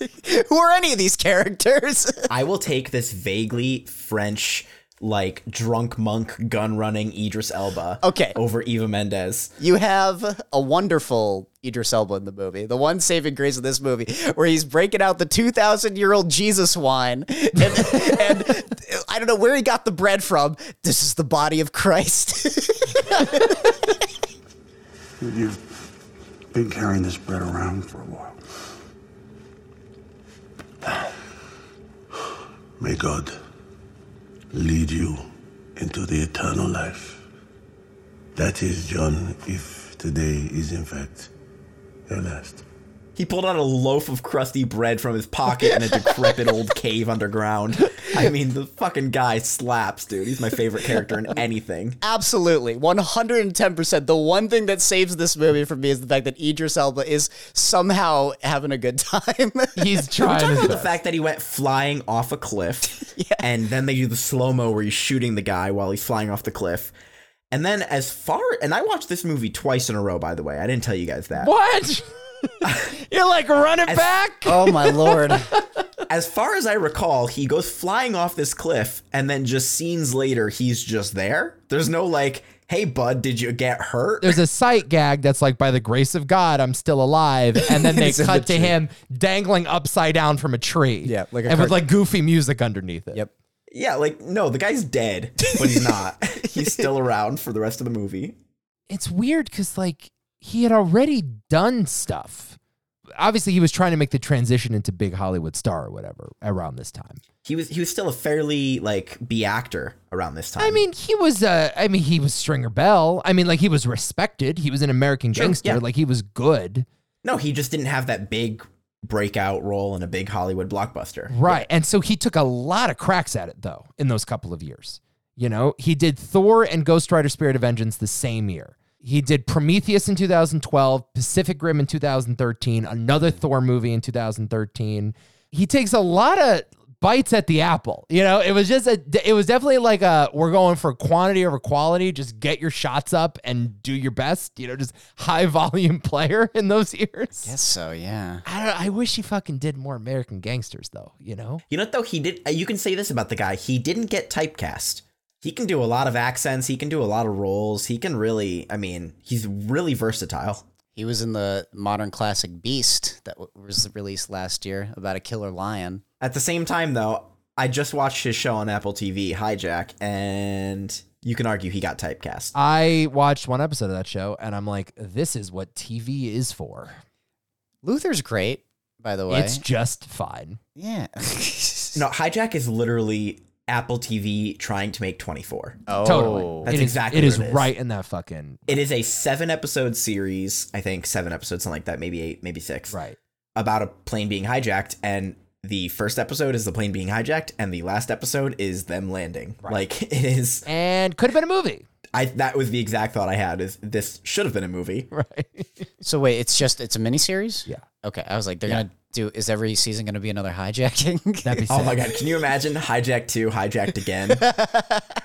[SPEAKER 2] Who are any of these characters?
[SPEAKER 4] I will take this vaguely French, like drunk monk gun running Idris Elba.
[SPEAKER 2] Okay.
[SPEAKER 4] Over Eva Mendes.
[SPEAKER 2] You have a wonderful Idris Elba in the movie. The one saving grace of this movie, where he's breaking out the 2,000 year old Jesus wine. And, and I don't know where he got the bread from. This is the body of Christ.
[SPEAKER 1] You've been carrying this bread around for a while. May God lead you into the eternal life. That is, John, if today is in fact your last.
[SPEAKER 4] He pulled out a loaf of crusty bread from his pocket in a decrepit old cave underground. I mean, the fucking guy slaps, dude. He's my favorite character in anything.
[SPEAKER 2] Absolutely. 110%. The one thing that saves this movie for me is the fact that Idris Elba is somehow having a good time.
[SPEAKER 3] He's trying his
[SPEAKER 4] The
[SPEAKER 3] best.
[SPEAKER 4] fact that he went flying off a cliff, and then they do the slow mo where he's shooting the guy while he's flying off the cliff. And then, as far and I watched this movie twice in a row, by the way. I didn't tell you guys that.
[SPEAKER 3] What? You're like, run it back?
[SPEAKER 2] oh, my lord.
[SPEAKER 4] as far as I recall, he goes flying off this cliff, and then just scenes later, he's just there. There's no like, hey, bud, did you get hurt?
[SPEAKER 3] There's a sight gag that's like, by the grace of God, I'm still alive. And then they
[SPEAKER 2] It's in
[SPEAKER 3] cut
[SPEAKER 2] the
[SPEAKER 3] to
[SPEAKER 2] tree.
[SPEAKER 3] him dangling upside down from a tree.
[SPEAKER 2] Yeah, like a
[SPEAKER 3] and with
[SPEAKER 2] cart-
[SPEAKER 3] like goofy music underneath it.
[SPEAKER 2] Yep.
[SPEAKER 4] yeah, like, no, the guy's dead, but he's not. he's still around for the rest of the movie.
[SPEAKER 3] It's weird because like he had already done stuff. Obviously, he was trying to make the transition into big Hollywood star or whatever around this time.
[SPEAKER 4] He was he was still a fairly like B actor around this time.
[SPEAKER 3] I mean, he was. Uh, I mean, he was Stringer Bell. I mean, like he was respected. He was an American
[SPEAKER 4] Sure,
[SPEAKER 3] gangster.
[SPEAKER 4] yeah.
[SPEAKER 3] Like he was good,
[SPEAKER 4] no, he just didn't have that big breakout role in a big Hollywood blockbuster.
[SPEAKER 3] right? And so he took a lot of cracks at it, though, in those couple of years. You know, he did Thor and Ghost Rider: Spirit of Vengeance the same year. He did Prometheus in 2012, Pacific Rim in 2013, another Thor movie in 2013. He takes a lot of bites at the apple. You know, it was just a. It was definitely like a. We're going for quantity over quality. Just get your shots up and do your best. You know, just high volume player in those years.
[SPEAKER 2] Guess so, yeah.
[SPEAKER 3] I don't. I wish he fucking did more American gangsters, though. You know.
[SPEAKER 4] You know what, though he did. uh, You can say this about the guy: he didn't get typecast. He can do a lot of accents. He can do a lot of roles. He can really. I mean, he's really versatile.
[SPEAKER 2] He was in the modern classic Beast that w- was released last year about a killer lion.
[SPEAKER 4] At the same time, though, I just watched his show on Apple TV, Hijack, and you can argue he got typecast.
[SPEAKER 3] I watched one episode of that show, and I'm like, this is what TV is for.
[SPEAKER 2] Luther's great, by the way.
[SPEAKER 3] It's just fine.
[SPEAKER 2] yeah.
[SPEAKER 4] No, Hijack is literally Apple TV trying to make 24.
[SPEAKER 2] Oh.
[SPEAKER 3] totally. It
[SPEAKER 4] That's
[SPEAKER 3] is-
[SPEAKER 4] exactly
[SPEAKER 3] It
[SPEAKER 4] what
[SPEAKER 3] is
[SPEAKER 4] it is.
[SPEAKER 3] right in that fucking
[SPEAKER 4] It is a seven episode series, I think seven episodes, something like that, maybe eight, maybe six,
[SPEAKER 3] right.
[SPEAKER 4] about a plane being hijacked. And the first episode is the plane being hijacked, and the last episode is them landing. Like, it is,
[SPEAKER 3] And could have been a movie.
[SPEAKER 4] I that was the exact thought I had is this should have been a movie.
[SPEAKER 3] Right.
[SPEAKER 2] So wait, it's just it's a miniseries?
[SPEAKER 3] Yeah.
[SPEAKER 2] Okay. I was like, they're
[SPEAKER 4] Yeah.
[SPEAKER 2] gonna do is every season gonna be another hijacking?
[SPEAKER 3] That'd be
[SPEAKER 4] Oh
[SPEAKER 3] sick.
[SPEAKER 4] my God, can you imagine Hijack 2, Hijacked Again?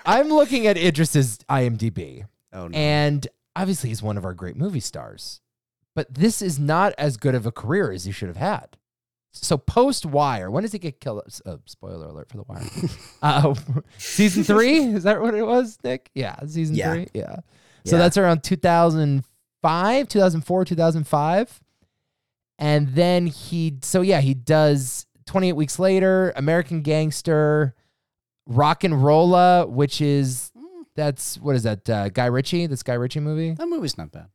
[SPEAKER 3] I'm looking at Idris's IMDb,
[SPEAKER 2] oh no.
[SPEAKER 3] and obviously he's one of our great movie stars, but this is not as good of a career as he should have had. So post Wire, when does he get killed? Uh, spoiler alert for the Wire. uh, season three is that what it was, Nick? Yeah, season
[SPEAKER 4] Yeah.
[SPEAKER 3] three. Yeah. So
[SPEAKER 4] Yeah.
[SPEAKER 3] that's around 2005, 2004, 2005. And then he, so yeah, he does 28 Weeks Later, American Gangster, Rock and Rolla, which is, that's, what is that, uh, Guy Ritchie, this Guy Ritchie movie.
[SPEAKER 2] That movie's not bad.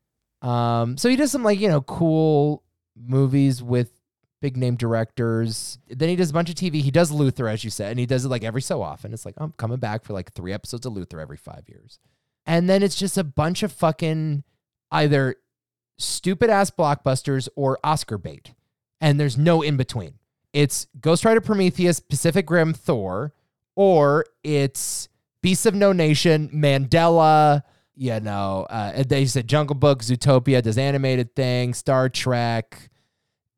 [SPEAKER 3] Um, so he does some like, you know, cool movies with big name directors. Then he does a bunch of TV. He does Luther, as you said, and he does it like every so often. It's like, I'm coming back for like three episodes of Luther every five years. And then it's just a bunch of fucking either stupid ass blockbusters or Oscar bait. And there's no in between. It's Ghost Rider Prometheus, Pacific Rim, Thor, or it's Beasts of No Nation, Mandela, you know, uh, they said Jungle Book, Zootopia, does animated thing, Star Trek,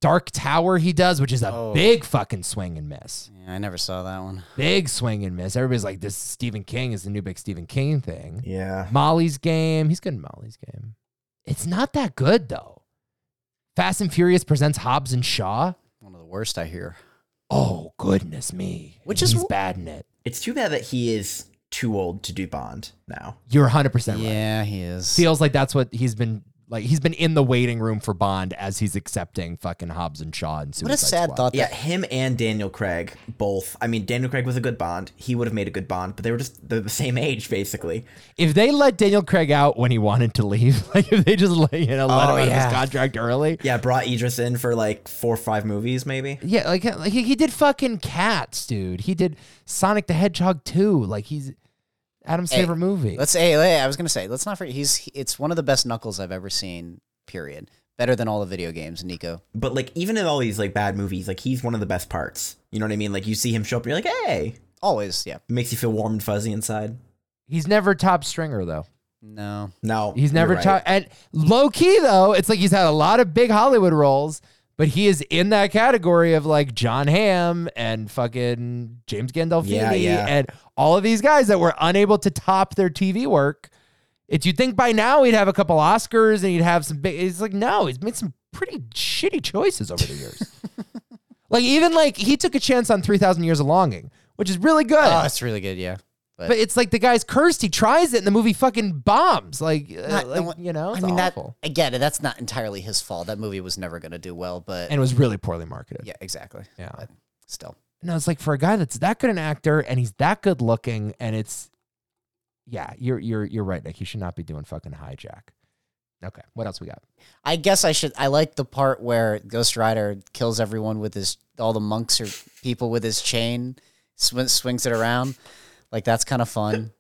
[SPEAKER 3] Dark Tower, he does, which is a
[SPEAKER 2] Oh.
[SPEAKER 3] big fucking swing and miss.
[SPEAKER 2] Yeah, I never saw that one.
[SPEAKER 3] Big swing and miss. Everybody's like, this Stephen King is the new big Stephen King thing.
[SPEAKER 4] yeah.
[SPEAKER 3] Molly's game. He's good in Molly's game. It's not that good though. Fast and Furious presents Hobbs and Shaw.
[SPEAKER 2] One of the worst I hear.
[SPEAKER 3] Oh goodness me!
[SPEAKER 2] Which
[SPEAKER 3] And
[SPEAKER 2] is
[SPEAKER 3] he's
[SPEAKER 2] wh-
[SPEAKER 3] bad in it.
[SPEAKER 4] It's too bad that he is too old to do Bond now.
[SPEAKER 3] You're 100 percent right.
[SPEAKER 2] Yeah, he is.
[SPEAKER 3] Feels like that's what he's been like. He's been in the waiting room for Bond as he's accepting fucking Hobbs and Shaw and Suicide
[SPEAKER 2] what a sad
[SPEAKER 3] Squad.
[SPEAKER 2] thought
[SPEAKER 4] Yeah,
[SPEAKER 2] that
[SPEAKER 4] him and Daniel Craig both. I mean, Daniel Craig was a good Bond. He would have made a good Bond, but they were just they're the same age basically.
[SPEAKER 3] If they let Daniel Craig out when he wanted to leave, like if they just let, you know let
[SPEAKER 4] Oh,
[SPEAKER 3] him out of
[SPEAKER 4] yeah.
[SPEAKER 3] his contract early.
[SPEAKER 4] Yeah, brought Idris in for like four or five movies maybe.
[SPEAKER 3] Yeah, like, like he, he did fucking Cats, dude. He did Sonic the Hedgehog 2. Like he's Adam's
[SPEAKER 2] Hey,
[SPEAKER 3] favorite movie.
[SPEAKER 2] let's hey, hey, I was gonna say, let's not forget he's he- it's one of the best knuckles I've ever seen, period. Better than all the video games, Nico.
[SPEAKER 4] But like even in all these like bad movies, like he's one of the best parts. You know what I mean? Like you see him show up and you're like, "Hey."
[SPEAKER 2] Always, yeah.
[SPEAKER 4] It makes you feel warm and fuzzy inside.
[SPEAKER 3] He's never top stringer though.
[SPEAKER 2] No.
[SPEAKER 4] No.
[SPEAKER 3] He's
[SPEAKER 4] you're
[SPEAKER 3] never
[SPEAKER 4] right.
[SPEAKER 3] top and low key though. It's like he's had a lot of big Hollywood roles, but he is in that category of like John Hamm and fucking James Gandolfini
[SPEAKER 4] Yeah, yeah.
[SPEAKER 3] and all of these guys that were unable to top their TV work. It's you'd think by now he'd have a couple Oscars and he'd have some big. It's like no, he's made some pretty shitty choices over the years. Like even like he took a chance on three thousand years of longing, which is really good.
[SPEAKER 4] Uh,
[SPEAKER 2] Oh, it's really good. Yeah.
[SPEAKER 3] but it's like the guy's cursed. He tries it, and the movie fucking bombs. Like, uh,
[SPEAKER 2] Not-
[SPEAKER 3] like,
[SPEAKER 2] no,
[SPEAKER 3] you know, it's
[SPEAKER 2] I mean,
[SPEAKER 3] awful.
[SPEAKER 2] that again, that's not entirely his fault. That movie was never going to do well, but
[SPEAKER 3] and it was really poorly marketed.
[SPEAKER 2] yeah, exactly.
[SPEAKER 3] Yeah.
[SPEAKER 2] But still,
[SPEAKER 3] No, it's like for a guy that's that good an actor and he's that good looking, and it's yeah, you're you're you're right, Nick. He should not be doing fucking hijack. Okay, what else we got?
[SPEAKER 2] I guess I should. I like the part where Ghost Rider kills everyone with his all the monks or people with his chain, sw- swings it around. Like that's kind of fun.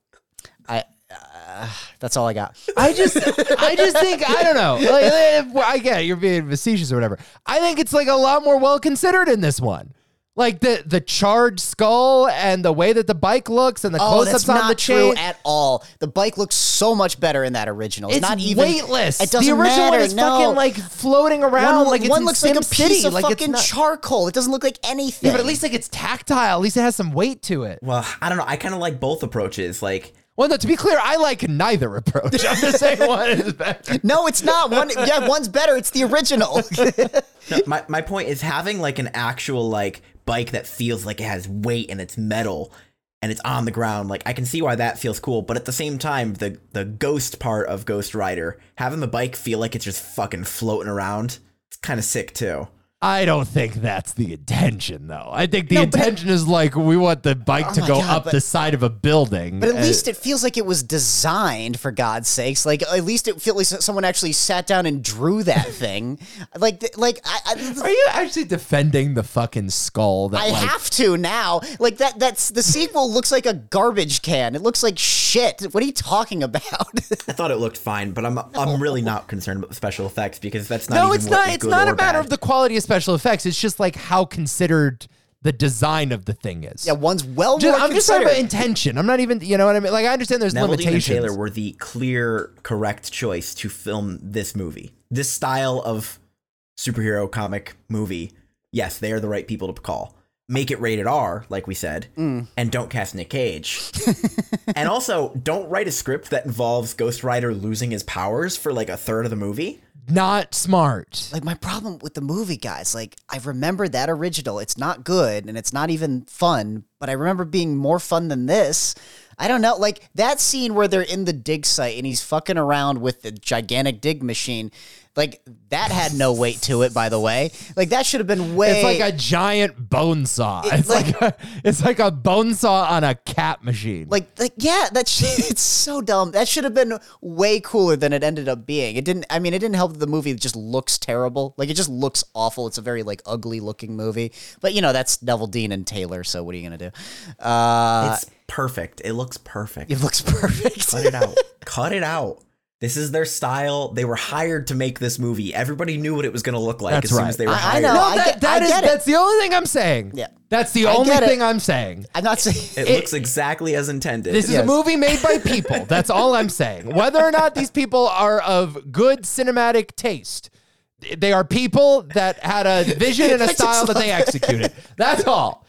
[SPEAKER 2] I. Uh, that's all I got.
[SPEAKER 3] I just I just think I don't know. Like, if- I get it, you're being facetious or whatever. I think it's like a lot more well considered in this one. Like the the charred skull and the way that the bike looks and the
[SPEAKER 2] Oh,
[SPEAKER 3] close ups
[SPEAKER 2] that's
[SPEAKER 3] on
[SPEAKER 2] not
[SPEAKER 3] the
[SPEAKER 2] true
[SPEAKER 3] chain.
[SPEAKER 2] at all. The bike looks so much better in that original. It's,
[SPEAKER 3] It's
[SPEAKER 2] not even
[SPEAKER 3] weightless.
[SPEAKER 2] It doesn't
[SPEAKER 3] the original one
[SPEAKER 2] matter,
[SPEAKER 3] is
[SPEAKER 2] no.
[SPEAKER 3] fucking like floating around
[SPEAKER 2] one,
[SPEAKER 3] like it's
[SPEAKER 2] one
[SPEAKER 3] in
[SPEAKER 2] looks
[SPEAKER 3] Sim
[SPEAKER 2] like a
[SPEAKER 3] City.
[SPEAKER 2] piece of
[SPEAKER 3] like
[SPEAKER 2] fucking
[SPEAKER 3] it's not,
[SPEAKER 2] charcoal. It doesn't look like anything.
[SPEAKER 3] Yeah, but at least like it's tactile. At least it has some weight to it.
[SPEAKER 4] Well, I don't know. I kind of like both approaches. Like,
[SPEAKER 3] Well, no, to be clear, I like neither approach. I'm just saying one is better.
[SPEAKER 2] no, it's not. One, yeah, one's better. It's the original.
[SPEAKER 4] no, my my point is having like an actual like bike that feels like it has weight and it's metal and it's on the ground. Like, I can see why that feels cool, but at the same time, the the ghost part of Ghost Rider having the bike feel like it's just fucking floating around. It's kind of sick too.
[SPEAKER 3] I don't think that's the intention, though. I think the
[SPEAKER 2] No, but it-
[SPEAKER 3] intention is like we want the bike to
[SPEAKER 2] my
[SPEAKER 3] go
[SPEAKER 2] God,
[SPEAKER 3] up
[SPEAKER 2] but-
[SPEAKER 3] the side of a building.
[SPEAKER 2] But at
[SPEAKER 3] and-
[SPEAKER 2] least it feels like it was designed for God's sakes. Like at least it feels like someone actually sat down and drew that thing. Like th- like I,
[SPEAKER 3] are
[SPEAKER 2] I,
[SPEAKER 3] you actually defending the fucking skull? That
[SPEAKER 2] I
[SPEAKER 3] like,
[SPEAKER 2] have to now. Like that that's the sequel looks like a garbage can. It looks like shit. What are you talking about?
[SPEAKER 4] I thought it looked fine, but I'm I'm really not concerned about the special effects because that's not.
[SPEAKER 3] No,
[SPEAKER 4] even
[SPEAKER 3] it's
[SPEAKER 4] what
[SPEAKER 3] not.
[SPEAKER 4] is
[SPEAKER 3] It's
[SPEAKER 4] good
[SPEAKER 3] not
[SPEAKER 4] or
[SPEAKER 3] a matter
[SPEAKER 4] bad.
[SPEAKER 3] of the quality of special effects. It's just like how considered the design of the thing is.
[SPEAKER 2] yeah, one's well
[SPEAKER 3] Ju-
[SPEAKER 2] more
[SPEAKER 3] I'm just talking about
[SPEAKER 2] considered.
[SPEAKER 3] intention. I'm not even. You know what I mean? Like I understand there's
[SPEAKER 4] Neville Dean and
[SPEAKER 3] limitations.
[SPEAKER 4] Taylor were the clear, correct choice to film this movie. This style of superhero comic movie. Yes, they are the right people to call. Make it rated R, like we said,
[SPEAKER 3] Mm.
[SPEAKER 4] and don't cast Nick Cage. and also, don't write a script that involves Ghost Rider losing his powers for like a third of the movie.
[SPEAKER 3] Not smart.
[SPEAKER 2] like my problem with the movie guys like i remember that original it's not good and it's not even fun but i remember being more fun than this i don't know like that scene where they're in the dig site and he's fucking around with the gigantic dig machine like that had no weight to it by the way like that should have been way
[SPEAKER 3] It's like a giant bone saw. It's, like, a, it's like a bone saw on a cat machine.
[SPEAKER 2] like, like yeah that sh- it's so dumb that should have been way cooler than it ended up being it didn't i mean it didn't help that the movie just looks terrible like it just looks awful it's a very like ugly looking movie but you know that's neville dean and taylor so what are you gonna do uh
[SPEAKER 4] It's perfect. It looks perfect.
[SPEAKER 2] it looks perfect
[SPEAKER 4] Cut it out. Cut it out. This is their style. They were hired to make this movie. Everybody knew what it was going to look like
[SPEAKER 3] That's
[SPEAKER 4] as soon
[SPEAKER 3] right.
[SPEAKER 4] as they were
[SPEAKER 2] I- I
[SPEAKER 4] hired.
[SPEAKER 2] know.
[SPEAKER 3] no,
[SPEAKER 2] I
[SPEAKER 3] that,
[SPEAKER 2] get-
[SPEAKER 3] that
[SPEAKER 2] I
[SPEAKER 3] is-
[SPEAKER 2] get it.
[SPEAKER 3] that's the only thing I'm saying.
[SPEAKER 2] Yeah.
[SPEAKER 3] That's the
[SPEAKER 2] I
[SPEAKER 3] only
[SPEAKER 2] get it.
[SPEAKER 3] thing I'm saying.
[SPEAKER 2] i'm not saying
[SPEAKER 4] It looks exactly as intended.
[SPEAKER 3] This is a
[SPEAKER 2] Yes.
[SPEAKER 3] movie made by people. That's all I'm saying. Whether or not these people are of good cinematic taste, they are people that had a vision and a style that they executed. That's all.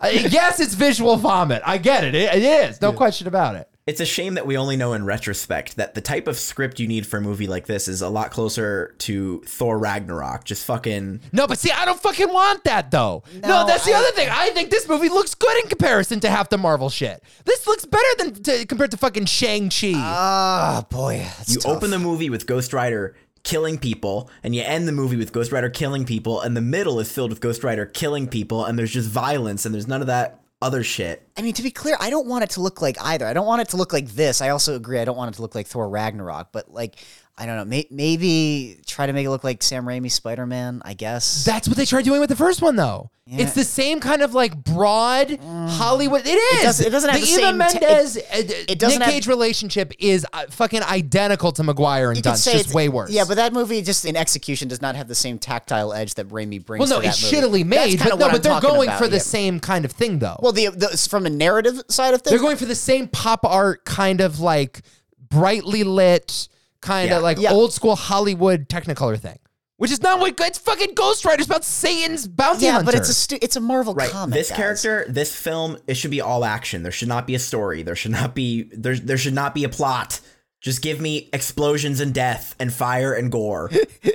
[SPEAKER 3] Uh, yes, it's visual vomit. I get it. It, it is. No question about it.
[SPEAKER 4] It's a shame that we only know in retrospect that the type of script you need for a movie like this is a lot closer to Thor Ragnarok. Just fucking.
[SPEAKER 3] No, but see, I don't fucking want that though. No,
[SPEAKER 2] No,
[SPEAKER 3] that's the
[SPEAKER 2] I-
[SPEAKER 3] other thing. I think this movie looks good in comparison to half the Marvel shit. This looks better than to, compared to fucking Shang Chi.
[SPEAKER 2] ah boy that's
[SPEAKER 4] You
[SPEAKER 2] tough.
[SPEAKER 4] open the movie with Ghost Rider killing people, and you end the movie with Ghost Rider killing people, and the middle is filled with Ghost Rider killing people, and there's just violence, and there's none of that other shit.
[SPEAKER 2] I mean, to be clear, I don't want it to look like either. I don't want it to look like this. I also agree. I don't want it to look like Thor Ragnarok, but like, I don't know. May- maybe try to make it look like Sam Raimi's Spider Man, I guess.
[SPEAKER 3] that's what they tried doing with the first one though.
[SPEAKER 2] Yeah.
[SPEAKER 3] It's the same kind of like broad Hollywood. It is.
[SPEAKER 2] doesn't- it doesn't have the
[SPEAKER 3] Eva
[SPEAKER 2] same ta-
[SPEAKER 3] Mendes, uh,
[SPEAKER 2] it doesn't
[SPEAKER 3] Nick
[SPEAKER 2] have-
[SPEAKER 3] Cage relationship is uh, fucking identical to McGuire and
[SPEAKER 2] You could
[SPEAKER 3] Dunst,
[SPEAKER 2] say
[SPEAKER 3] just
[SPEAKER 2] it's-
[SPEAKER 3] way worse.
[SPEAKER 2] Yeah, but that movie just in execution does not have the same tactile edge that Raimi brings.
[SPEAKER 3] well, no,
[SPEAKER 2] to that
[SPEAKER 3] it's
[SPEAKER 2] movie.
[SPEAKER 3] shittily
[SPEAKER 2] That's
[SPEAKER 3] made.
[SPEAKER 2] kinda
[SPEAKER 3] But no,
[SPEAKER 2] what I'm
[SPEAKER 3] but they're
[SPEAKER 2] talking
[SPEAKER 3] going
[SPEAKER 2] about,
[SPEAKER 3] for the
[SPEAKER 2] yeah.
[SPEAKER 3] same kind of thing though.
[SPEAKER 2] Well, the, the from a narrative side of
[SPEAKER 3] They're
[SPEAKER 2] things,
[SPEAKER 3] going for the same pop art kind of like brightly lit, kind
[SPEAKER 4] Yeah.
[SPEAKER 3] of like
[SPEAKER 2] Yeah.
[SPEAKER 3] old school Hollywood Technicolor thing, which is not what it's fucking Ghost Rider. It's about Satan's bounty
[SPEAKER 2] yeah,
[SPEAKER 3] hunter.
[SPEAKER 2] but it's a stu- it's a Marvel
[SPEAKER 4] Right.
[SPEAKER 2] comic.
[SPEAKER 4] this
[SPEAKER 2] guys.
[SPEAKER 4] character, this film, it should be all action. There should not be a story. There should not be there there should not be a plot. Just give me explosions and death and fire and gore.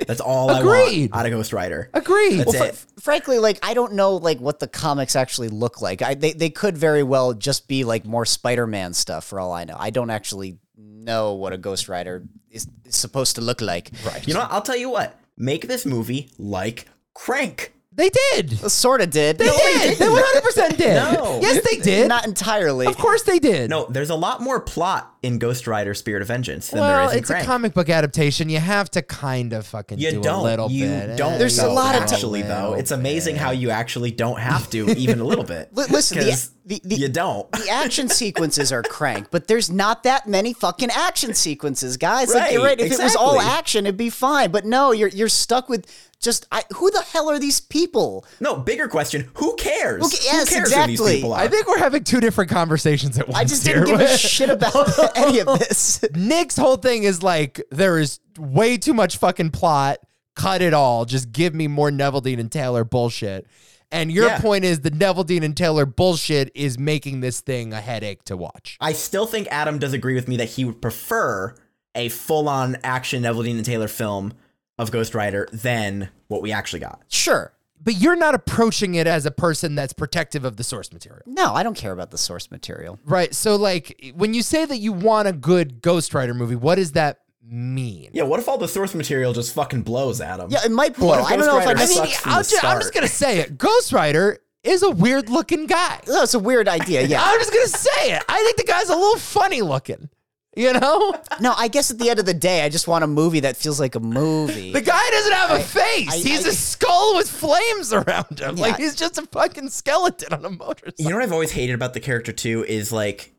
[SPEAKER 4] That's all
[SPEAKER 3] Agreed.
[SPEAKER 4] I want out of Ghost Rider.
[SPEAKER 3] Agreed.
[SPEAKER 4] That's
[SPEAKER 2] Well, fr-
[SPEAKER 4] it.
[SPEAKER 2] frankly, like I don't know, like what the comics actually look like. I they they could very well just be like more Spider-Man stuff, for all I know. I don't actually know what a Ghost Rider is, is supposed to look like. Right.
[SPEAKER 4] You know what? I'll tell you what. Make this movie like Crank.
[SPEAKER 3] They did.
[SPEAKER 2] Sort of did.
[SPEAKER 3] They did. They 100% did.
[SPEAKER 4] No.
[SPEAKER 3] Yes, they did.
[SPEAKER 2] Not entirely.
[SPEAKER 3] of course they did.
[SPEAKER 4] No, there's a lot more plot in Ghost Rider Spirit of Vengeance than there
[SPEAKER 3] well,
[SPEAKER 4] is in
[SPEAKER 3] it's
[SPEAKER 4] Crank.
[SPEAKER 3] a comic book adaptation. You have to kind of fucking
[SPEAKER 4] you
[SPEAKER 3] do
[SPEAKER 4] don't.
[SPEAKER 3] a little
[SPEAKER 4] you
[SPEAKER 3] bit.
[SPEAKER 4] don't.
[SPEAKER 2] There's a
[SPEAKER 4] though,
[SPEAKER 2] lot of ti-
[SPEAKER 4] actually though. It's amazing how you actually don't have to even a little bit.
[SPEAKER 2] Li- listen, the-
[SPEAKER 4] 'Cause
[SPEAKER 2] the- the-
[SPEAKER 4] you don't.
[SPEAKER 2] the action sequences are crank, but there's not that many fucking action sequences, guys. like you're
[SPEAKER 4] Right,
[SPEAKER 2] right. If it was all
[SPEAKER 4] exactly.
[SPEAKER 2] action, it'd be fine. But no, you're you're stuck with just I, who the hell are these people?
[SPEAKER 4] No, bigger question. Who cares?
[SPEAKER 2] Who ca- yes,
[SPEAKER 4] cares who
[SPEAKER 2] exactly.
[SPEAKER 4] these people are?
[SPEAKER 3] I think we're having two different conversations at once.
[SPEAKER 2] I just
[SPEAKER 3] here.
[SPEAKER 2] didn't give a shit about any of this.
[SPEAKER 3] Nick's whole thing is like there is way too much fucking plot. Cut it all. Just give me more Neville Dean and Taylor bullshit. And your
[SPEAKER 4] Yeah.
[SPEAKER 3] point is the Neville Dean and Taylor bullshit is making this thing a headache to watch.
[SPEAKER 4] I still think Adam does agree with me that he would prefer a full-on action Evelyn and Taylor film of Ghost Rider than what we actually got.
[SPEAKER 2] Sure.
[SPEAKER 3] But you're not approaching it as a person that's protective of the source material.
[SPEAKER 2] No, I don't care about the source material.
[SPEAKER 3] Right. So, like, when you say that you want a good Ghost Rider movie, what does that mean?
[SPEAKER 4] Yeah, what if all the source material just fucking blows, Adam?
[SPEAKER 2] Yeah, it might blow.
[SPEAKER 4] if
[SPEAKER 2] I don't
[SPEAKER 4] Ghost
[SPEAKER 2] know if I
[SPEAKER 4] Rider
[SPEAKER 2] just.
[SPEAKER 4] sucks?
[SPEAKER 3] I mean,
[SPEAKER 4] from
[SPEAKER 3] I'll
[SPEAKER 4] the
[SPEAKER 3] ju- I'm just
[SPEAKER 4] start.
[SPEAKER 3] going to say it. Ghost Rider is a weird looking guy.
[SPEAKER 2] No, Oh, it's a weird idea. Yeah.
[SPEAKER 3] I'm just going to say it. I think the guy's a little funny looking. You know?
[SPEAKER 2] No, I guess at the end of the day, I just want a movie that feels like a movie.
[SPEAKER 3] The guy doesn't have a face.
[SPEAKER 2] I-
[SPEAKER 3] he's
[SPEAKER 2] I-
[SPEAKER 3] a skull with flames around him. Like,
[SPEAKER 2] Yeah.
[SPEAKER 3] he's just a fucking skeleton on a motorcycle.
[SPEAKER 4] You know what I've always hated about the character too is like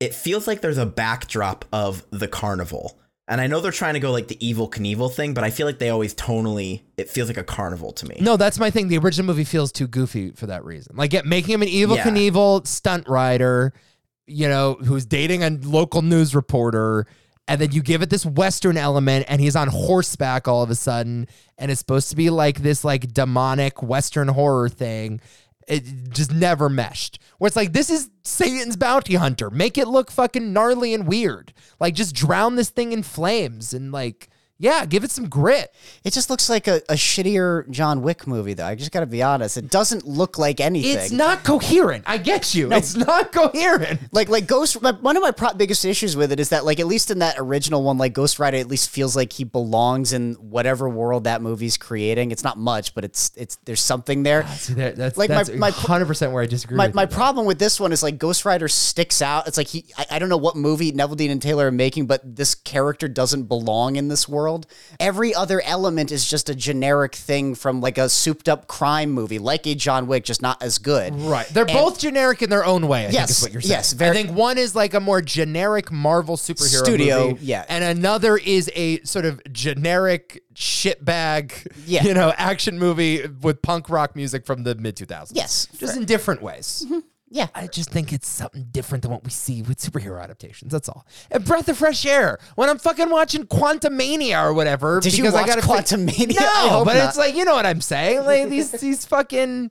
[SPEAKER 4] it feels like there's a backdrop of the carnival. And I know they're trying to go like the evil Knievel thing, but I feel like they always tonally it feels like a carnival to me.
[SPEAKER 3] No, that's my thing. The original movie feels too goofy for that reason. Like yeah, making him an evil
[SPEAKER 4] Yeah.
[SPEAKER 3] Knievel stunt rider, you know, who's dating a local news reporter, and then you give it this western element, and he's on horseback all of a sudden, and it's supposed to be like this like demonic western horror thing. It just never meshed. Where it's like, this is Satan's bounty hunter. Make it look fucking gnarly and weird. Like, just drown this thing in flames and like, yeah, give it some grit.
[SPEAKER 2] it just looks like a, a shittier John Wick movie, though. I just got to be honest. It doesn't look like anything.
[SPEAKER 3] It's not coherent. I get you. It's not coherent.
[SPEAKER 2] Like like Ghost. My, one of my pro- biggest issues with it is that like at least in that original one, like Ghost Rider, at least feels like he belongs in whatever world that movie's creating. It's not much, but it's it's there's something there.
[SPEAKER 3] that's
[SPEAKER 2] Like, my- that's my-
[SPEAKER 3] hundred percent where Ah, I disagree.
[SPEAKER 2] My, my problem with this one is like Ghost Rider sticks out. It's like he I, I don't know what movie Neville Dean and Taylor are making, but this character doesn't belong in this world. Every other element is just a generic thing from like a souped up crime movie, like a John Wick, just not as good.
[SPEAKER 3] right? They're both generic in their own way. I think
[SPEAKER 2] Yes,
[SPEAKER 3] is what you're saying.
[SPEAKER 2] yes, very-
[SPEAKER 3] I think one is like a more generic Marvel superhero
[SPEAKER 2] Studio,
[SPEAKER 3] movie,
[SPEAKER 2] yeah.
[SPEAKER 3] and another is a sort of generic shitbag,
[SPEAKER 2] Yeah.
[SPEAKER 3] you know, action movie with punk rock music from the mid 2000s.
[SPEAKER 2] Yes, Mm-hmm.
[SPEAKER 3] just in different ways.
[SPEAKER 2] Yeah.
[SPEAKER 3] I just think it's something different than what we see with superhero adaptations. That's all. A breath of fresh air when I'm fucking watching Quantum Mania or whatever.
[SPEAKER 2] Did you
[SPEAKER 3] because I
[SPEAKER 2] watch
[SPEAKER 3] gotta
[SPEAKER 2] Quantumania?
[SPEAKER 3] No,
[SPEAKER 2] I hope
[SPEAKER 3] but
[SPEAKER 2] not.
[SPEAKER 3] it's like you know what I'm saying. Like these these fucking.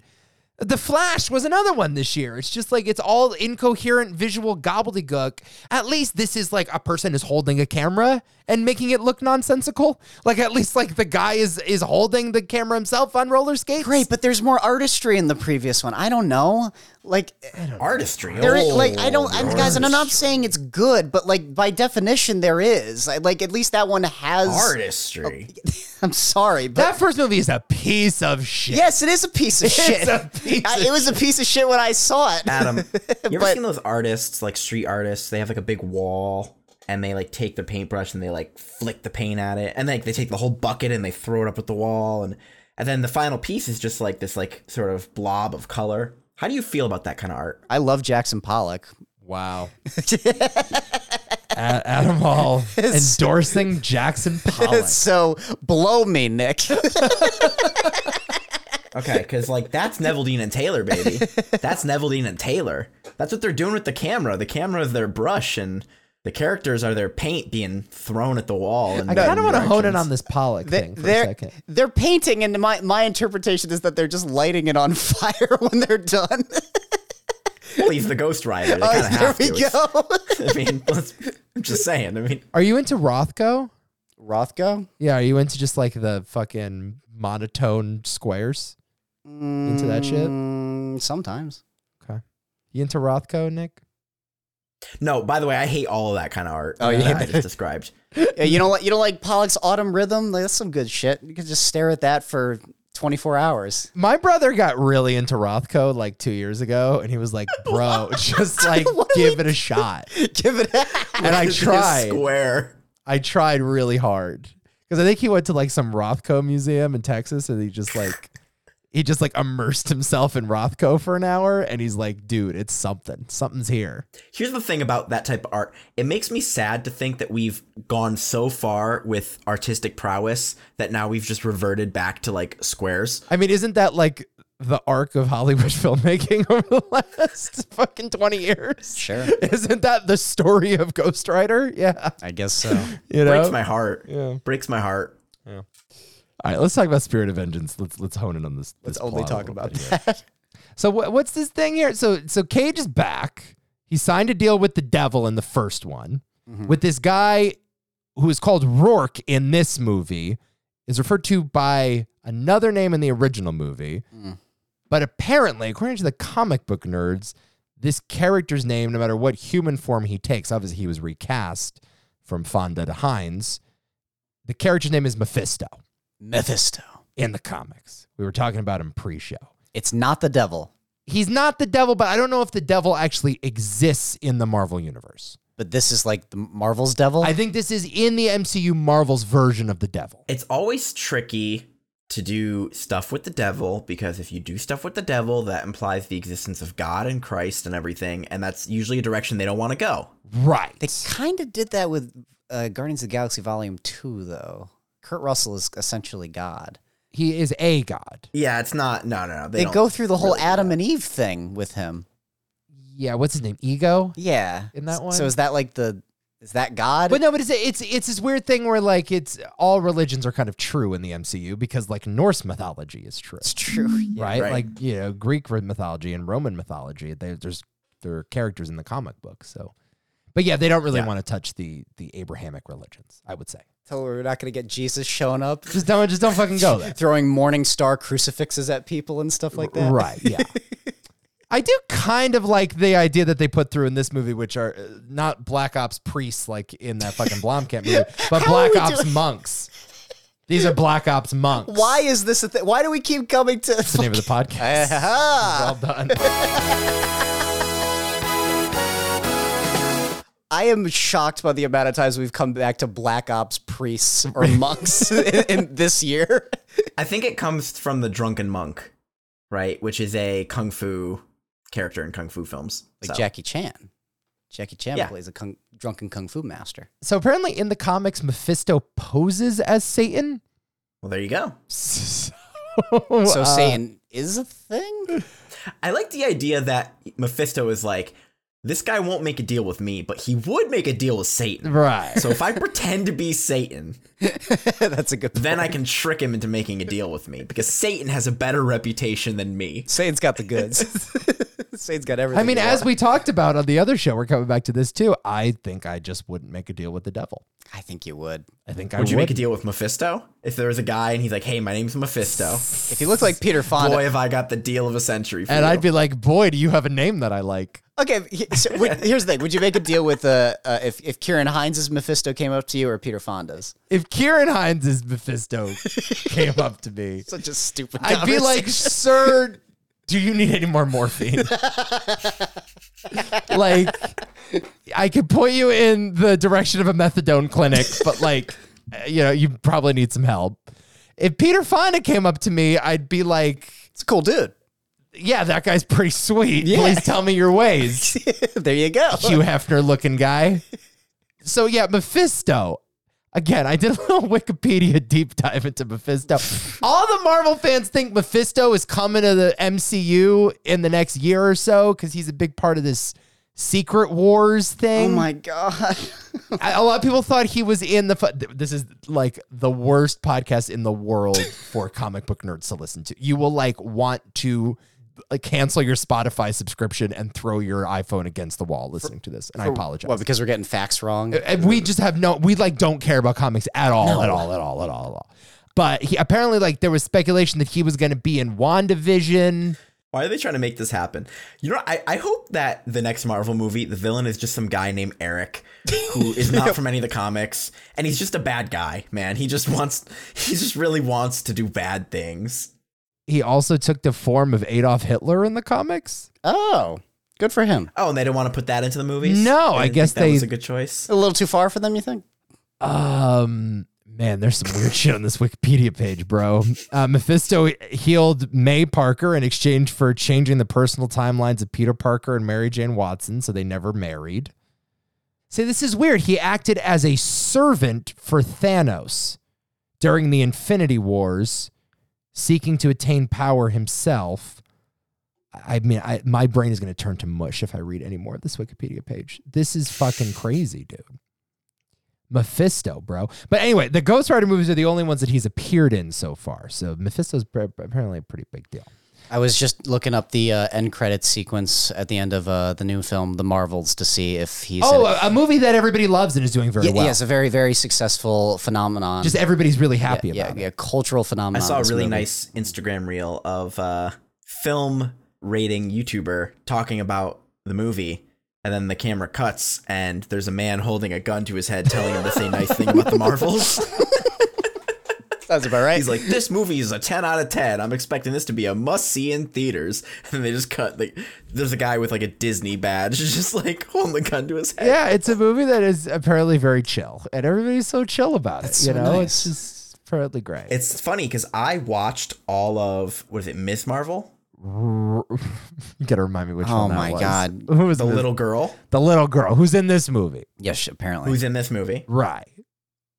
[SPEAKER 3] The Flash was another one this year. It's just like it's all incoherent visual gobbledygook. At least this is like a person is holding a camera and making it look nonsensical. Like at least like the guy is is holding the camera himself on roller skates.
[SPEAKER 2] Great, but there's more artistry in the previous one. I don't know. Like
[SPEAKER 4] Artistry.
[SPEAKER 2] There is,
[SPEAKER 4] Oh,
[SPEAKER 2] like I don't I'm, guys, and I'm not
[SPEAKER 4] artistry.
[SPEAKER 2] saying it's good, but like by definition there is. I, like at least that one has
[SPEAKER 4] artistry.
[SPEAKER 2] I'm sorry, but
[SPEAKER 3] That first movie is a piece of shit.
[SPEAKER 2] yes, it is a piece of shit.
[SPEAKER 3] a piece
[SPEAKER 2] I- it was a piece of shit when I saw it.
[SPEAKER 4] Adam, you ever
[SPEAKER 2] But-
[SPEAKER 4] seen those artists, like street artists? They have like a big wall and they like take the paintbrush and they like flick the paint at it. And like they take the whole bucket and they throw it up at the wall and and then the final piece is just like this like sort of blob of color. How do you feel about that kind of art?
[SPEAKER 2] I love Jackson Pollock.
[SPEAKER 3] Wow. A- Adam Hall endorsing Jackson Pollock.
[SPEAKER 2] So blow me, Nick.
[SPEAKER 4] Okay, because like that's Neville Dean and Taylor, baby. That's Neville Dean and Taylor. That's what they're doing with the camera. The camera is their brush, and the characters are their paint being thrown at the wall. And
[SPEAKER 3] I kind of want to hone in on this Pollock thing for a
[SPEAKER 2] they're
[SPEAKER 3] second.
[SPEAKER 2] they're painting, and my my interpretation is that they're just lighting it on fire when they're done.
[SPEAKER 4] Please, the Ghost Rider. They kind of
[SPEAKER 2] Oh, there
[SPEAKER 4] have
[SPEAKER 2] we
[SPEAKER 4] to.
[SPEAKER 2] go.
[SPEAKER 4] It's- I mean, let's, I'm just saying. I mean,
[SPEAKER 3] Are you into Rothko?
[SPEAKER 2] Rothko?
[SPEAKER 3] Yeah, are you into just like the fucking monotone squares?
[SPEAKER 2] Into
[SPEAKER 3] that shit?
[SPEAKER 2] Mm. Sometimes.
[SPEAKER 3] You into Rothko, Nick?
[SPEAKER 4] no. By the way, I hate all of that kind of art.
[SPEAKER 2] Oh, you
[SPEAKER 4] that
[SPEAKER 2] hate
[SPEAKER 4] I just described.
[SPEAKER 2] Yeah, you don't like you don't like Pollock's Autumn Rhythm? Like, that's some good shit. You can just stare at that for 24 hours.
[SPEAKER 3] My brother got really into Rothko like two years ago, and he was like, "Bro, just like give it a shot."
[SPEAKER 2] Give it.
[SPEAKER 3] And I
[SPEAKER 4] It's just
[SPEAKER 3] tried.
[SPEAKER 4] Square.
[SPEAKER 3] I tried really hard because I think he went to like some Rothko museum in Texas, and he just like he just like immersed himself in Rothko for an hour, and he's like, "Dude, it's something. Something's here."
[SPEAKER 4] Here's the thing about that type of art. It makes me sad to think that we've gone so far with artistic prowess that now we've just reverted back to like squares.
[SPEAKER 3] I mean, isn't that like the arc of Hollywood filmmaking over the last fucking twenty years?
[SPEAKER 2] Sure.
[SPEAKER 3] Isn't that the story of Ghost Rider? Yeah,
[SPEAKER 2] I guess so.
[SPEAKER 3] you know.
[SPEAKER 4] Breaks my heart.
[SPEAKER 3] Yeah.
[SPEAKER 4] Breaks my heart.
[SPEAKER 3] All right, let's talk about Spirit of Vengeance. Let's let's hone in on this.
[SPEAKER 2] Let's
[SPEAKER 3] this
[SPEAKER 2] only
[SPEAKER 3] plot a
[SPEAKER 2] talk
[SPEAKER 3] little
[SPEAKER 2] about
[SPEAKER 3] bit here.
[SPEAKER 2] that.
[SPEAKER 3] So wha- what's this thing here? So so Cage is back. He signed a deal with the devil in the first one. With this guy who is called Rourke in this movie is referred to by another name in the original movie. But apparently, according to the comic book nerds, this character's name, no matter what human form he takes, obviously he was recast from Fonda to Hines. The character's name is Mephisto
[SPEAKER 2] Mephisto.
[SPEAKER 3] in the comics. We were talking about him pre-show
[SPEAKER 2] It's not the devil,
[SPEAKER 3] he's not the devil, but I don't know if the devil actually exists in the Marvel universe.
[SPEAKER 2] but this is like the Marvel's devil.
[SPEAKER 3] I think this is in the MCU Marvel's version of the devil.
[SPEAKER 4] It's always tricky to do stuff with the devil because if you do stuff with the devil, that implies the existence of God and Christ and everything, and that's usually a direction they don't want to go.
[SPEAKER 3] Right.
[SPEAKER 2] they kind of did that with uh, Guardians of the Galaxy Volume Two, though. Kurt Russell is essentially God.
[SPEAKER 3] He is a god.
[SPEAKER 4] Yeah, it's not. No, no, no. They,
[SPEAKER 2] They,
[SPEAKER 4] don't-
[SPEAKER 2] go through the whole
[SPEAKER 4] really do
[SPEAKER 2] Adam and Eve thing with him.
[SPEAKER 3] Yeah, what's his name? Ego?
[SPEAKER 2] Yeah.
[SPEAKER 3] In that one?
[SPEAKER 2] So is that like the is that God?
[SPEAKER 3] But no, but it's it's it's this weird thing where like it's all religions are kind of true in the MCU because like Norse mythology is true.
[SPEAKER 2] It's true. Yeah.
[SPEAKER 3] right?
[SPEAKER 4] right.
[SPEAKER 3] Like you know, Greek mythology and Roman mythology. They, there's there are characters in the comic book. So, but yeah, they don't really
[SPEAKER 4] Yeah.
[SPEAKER 3] want to touch the the Abrahamic religions. I would say
[SPEAKER 2] Tell her we're not gonna get Jesus showing up,
[SPEAKER 3] just don't just don't fucking go there.
[SPEAKER 2] throwing morning star crucifixes at people and stuff like that.
[SPEAKER 3] Right. Yeah. I do kind of like the idea that they put through in this movie, which are uh, not Black Ops priests like in that fucking Blomkamp movie, but
[SPEAKER 2] How are
[SPEAKER 3] Black
[SPEAKER 2] we
[SPEAKER 3] Ops
[SPEAKER 2] doing-
[SPEAKER 3] monks. These are Black Ops monks.
[SPEAKER 2] Why is this a thing? Why do we keep coming to Uh-huh.
[SPEAKER 3] That's the name of the podcast?
[SPEAKER 4] Ah.
[SPEAKER 3] well done.
[SPEAKER 2] I am shocked by the amount of times we've come back to Black Ops priests or monks in, in this year.
[SPEAKER 4] I think it comes from the drunken monk, right? Which is a kung fu character in kung fu films.
[SPEAKER 2] Like
[SPEAKER 4] So-
[SPEAKER 2] Jackie Chan. Jackie Chan
[SPEAKER 4] Yeah.
[SPEAKER 2] plays a kung, drunken kung fu master.
[SPEAKER 3] So apparently, in the comics, Mephisto poses as Satan.
[SPEAKER 4] Well, there you go.
[SPEAKER 3] So,
[SPEAKER 2] So
[SPEAKER 3] uh,
[SPEAKER 2] Satan is a thing?
[SPEAKER 4] I like the idea that Mephisto is like, this guy won't make a deal with me, but he would make a deal with Satan.
[SPEAKER 3] right?
[SPEAKER 4] So if I pretend to be Satan,
[SPEAKER 2] That's a good point.
[SPEAKER 4] then I can trick him into making a deal with me because Satan has a better reputation than me.
[SPEAKER 2] Satan's got the goods. Satan's got everything.
[SPEAKER 3] I mean,
[SPEAKER 2] you
[SPEAKER 3] as
[SPEAKER 2] want.
[SPEAKER 3] we talked about on the other show, we're coming back to this too. I think I just wouldn't make a deal with the devil.
[SPEAKER 2] I think you would.
[SPEAKER 3] I think I
[SPEAKER 4] Would
[SPEAKER 3] would.
[SPEAKER 4] you make a deal with Mephisto? If there was a guy and he's like, hey, my name's Mephisto.
[SPEAKER 2] If he looked like Peter Fonda.
[SPEAKER 4] Boy, have I got the deal of a century for
[SPEAKER 3] and
[SPEAKER 4] you.
[SPEAKER 3] I'd be like, "Boy, do you have a name that I like?"
[SPEAKER 2] Okay, he- so would- here's the thing. Would you make a deal with uh, uh, if if Kieran Hines' Mephisto came up to you or Peter Fonda's?
[SPEAKER 3] If Kieran Hines' Mephisto came up to me,
[SPEAKER 2] Such a stupid.
[SPEAKER 3] I'd be like,
[SPEAKER 2] conversation.
[SPEAKER 3] "Sir, do you need any more morphine?" like, I could point you in the direction of a methadone clinic, but like, uh, you know, you probably need some help. If Peter Fonda came up to me, I'd be like,
[SPEAKER 2] it's a cool dude.
[SPEAKER 3] "Yeah, that guy's pretty sweet. Please tell me your ways."
[SPEAKER 2] there you go.
[SPEAKER 3] Hugh Hefner looking guy. So yeah, Mephisto. Again, I did a little Wikipedia deep dive into Mephisto. All the Marvel fans think Mephisto is coming to the MCU in the next year or so because he's a big part of this Secret Wars
[SPEAKER 2] oh
[SPEAKER 3] thing.
[SPEAKER 2] my god.
[SPEAKER 3] I- A lot of people thought he was in the. fu- th- This is like the worst podcast in the world for comic book nerds to listen to. You will like want to like cancel your Spotify subscription and throw your iPhone against the wall listening to this. And I apologize.
[SPEAKER 2] What, because we're getting facts wrong?
[SPEAKER 3] And we just have no we like don't care about comics at all at all at all at all at all but he apparently like there was speculation that he was going to be in wandavision
[SPEAKER 4] Why are they trying to make this happen? You know, I, I hope that the next Marvel movie, the villain is just some guy named Eric, who is not from any of the comics, and he's just a bad guy, man. He just wants, he just really wants to do bad things.
[SPEAKER 3] he also took the form of adolf hitler in the comics
[SPEAKER 2] Oh, good for him.
[SPEAKER 4] Oh, and they didn't want to put that into the movies.
[SPEAKER 3] No, I
[SPEAKER 4] didn't
[SPEAKER 3] guess
[SPEAKER 4] think that
[SPEAKER 3] they-
[SPEAKER 4] was a good choice.
[SPEAKER 2] A little too far for them, you think?
[SPEAKER 3] um man there's some weird shit on this wikipedia page bro uh, mephisto healed may parker in exchange for changing the personal timelines of peter parker and mary jane watson so they never married See, this is weird. He acted as a servant for Thanos during the Infinity Wars, seeking to attain power himself. I I mean, I, my brain is going to turn to mush if I read any more of this Wikipedia page. This is fucking crazy, dude. Mephisto, bro. But anyway, the Ghost Rider movies are the only ones that he's appeared in so far. So Mephisto's pr- apparently a pretty big deal.
[SPEAKER 2] I was just looking up the uh, end credits sequence at the end of uh, the new film, The Marvels, to see if he's.
[SPEAKER 3] Oh,
[SPEAKER 2] in it.
[SPEAKER 3] a, a movie that everybody loves and is doing very
[SPEAKER 2] Ye-
[SPEAKER 3] well.
[SPEAKER 2] uh, yes, a very, very successful phenomenon.
[SPEAKER 3] Just everybody's really happy
[SPEAKER 2] yeah,
[SPEAKER 3] about
[SPEAKER 2] yeah,
[SPEAKER 3] it.
[SPEAKER 2] yeah, cultural
[SPEAKER 4] I
[SPEAKER 2] phenomenon.
[SPEAKER 4] saw a
[SPEAKER 2] this
[SPEAKER 4] really
[SPEAKER 2] movie.
[SPEAKER 4] nice Instagram reel of uh, film rating YouTuber talking about the movie, and then the camera cuts, and there's a man holding a gun to his head telling him to say nice thing about the Marvels.
[SPEAKER 2] That's about right.
[SPEAKER 4] He's like, this movie is a 10 out of 10. I'm expecting this to be a must see in theaters. And they just cut, like, there's a guy with, like, a Disney badge, just, like, holding the gun to his head.
[SPEAKER 3] Yeah, it's a movie that is apparently very chill, and everybody's so chill about it. you
[SPEAKER 2] so
[SPEAKER 3] know,
[SPEAKER 2] nice.
[SPEAKER 3] it's just apparently great.
[SPEAKER 4] It's funny because I watched all of, what is it, Miss Marvel?
[SPEAKER 3] you gotta remind me which
[SPEAKER 2] Oh
[SPEAKER 3] one. that
[SPEAKER 2] my
[SPEAKER 3] was.
[SPEAKER 2] God.
[SPEAKER 3] who was
[SPEAKER 4] The little girl
[SPEAKER 3] the little girl who's in this movie?
[SPEAKER 2] yes, apparently.
[SPEAKER 4] who's in this movie.
[SPEAKER 3] Right.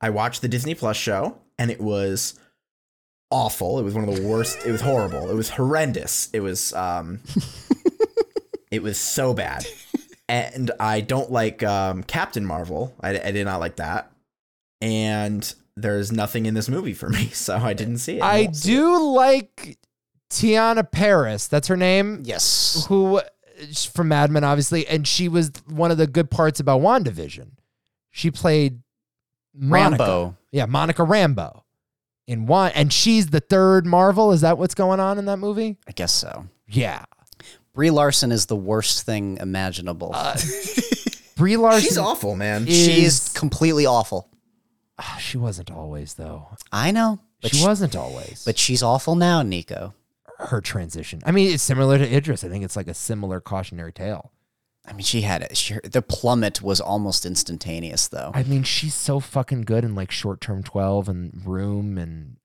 [SPEAKER 4] I watched the Disney Plus show, and it was awful. It was one of the worst. It was horrible. It was horrendous. It was um, it was so bad. And I don't like um, Captain Marvel. I, I did not like that. And there's nothing in this movie for me, so I didn't see it.
[SPEAKER 3] I
[SPEAKER 4] won't see it.
[SPEAKER 3] do like Tiana Paris. That's her name.
[SPEAKER 2] yes.
[SPEAKER 3] Who she's from Mad Men, obviously, and she was one of the good parts about WandaVision. She played Monica.
[SPEAKER 2] Rambo.
[SPEAKER 3] Yeah, Monica Rambo. In one, and she's the third Marvel. Is that what's going on in that movie?
[SPEAKER 2] I guess so.
[SPEAKER 3] Yeah.
[SPEAKER 2] Brie Larson is the worst thing imaginable.
[SPEAKER 3] Uh, Brie Larson.
[SPEAKER 4] She's awful, man.
[SPEAKER 3] It-
[SPEAKER 2] she
[SPEAKER 3] is-
[SPEAKER 2] is completely awful.
[SPEAKER 3] Ah, she wasn't always though.
[SPEAKER 2] I know. But
[SPEAKER 3] she,
[SPEAKER 2] she-
[SPEAKER 3] wasn't always.
[SPEAKER 2] But she's awful now, Nico.
[SPEAKER 3] her transition. I mean, it's similar to Idris. I think it's like a similar cautionary tale.
[SPEAKER 2] I mean, she had it. She, the plummet was almost instantaneous, though.
[SPEAKER 3] I mean, she's so fucking good in like short term twelve and Room and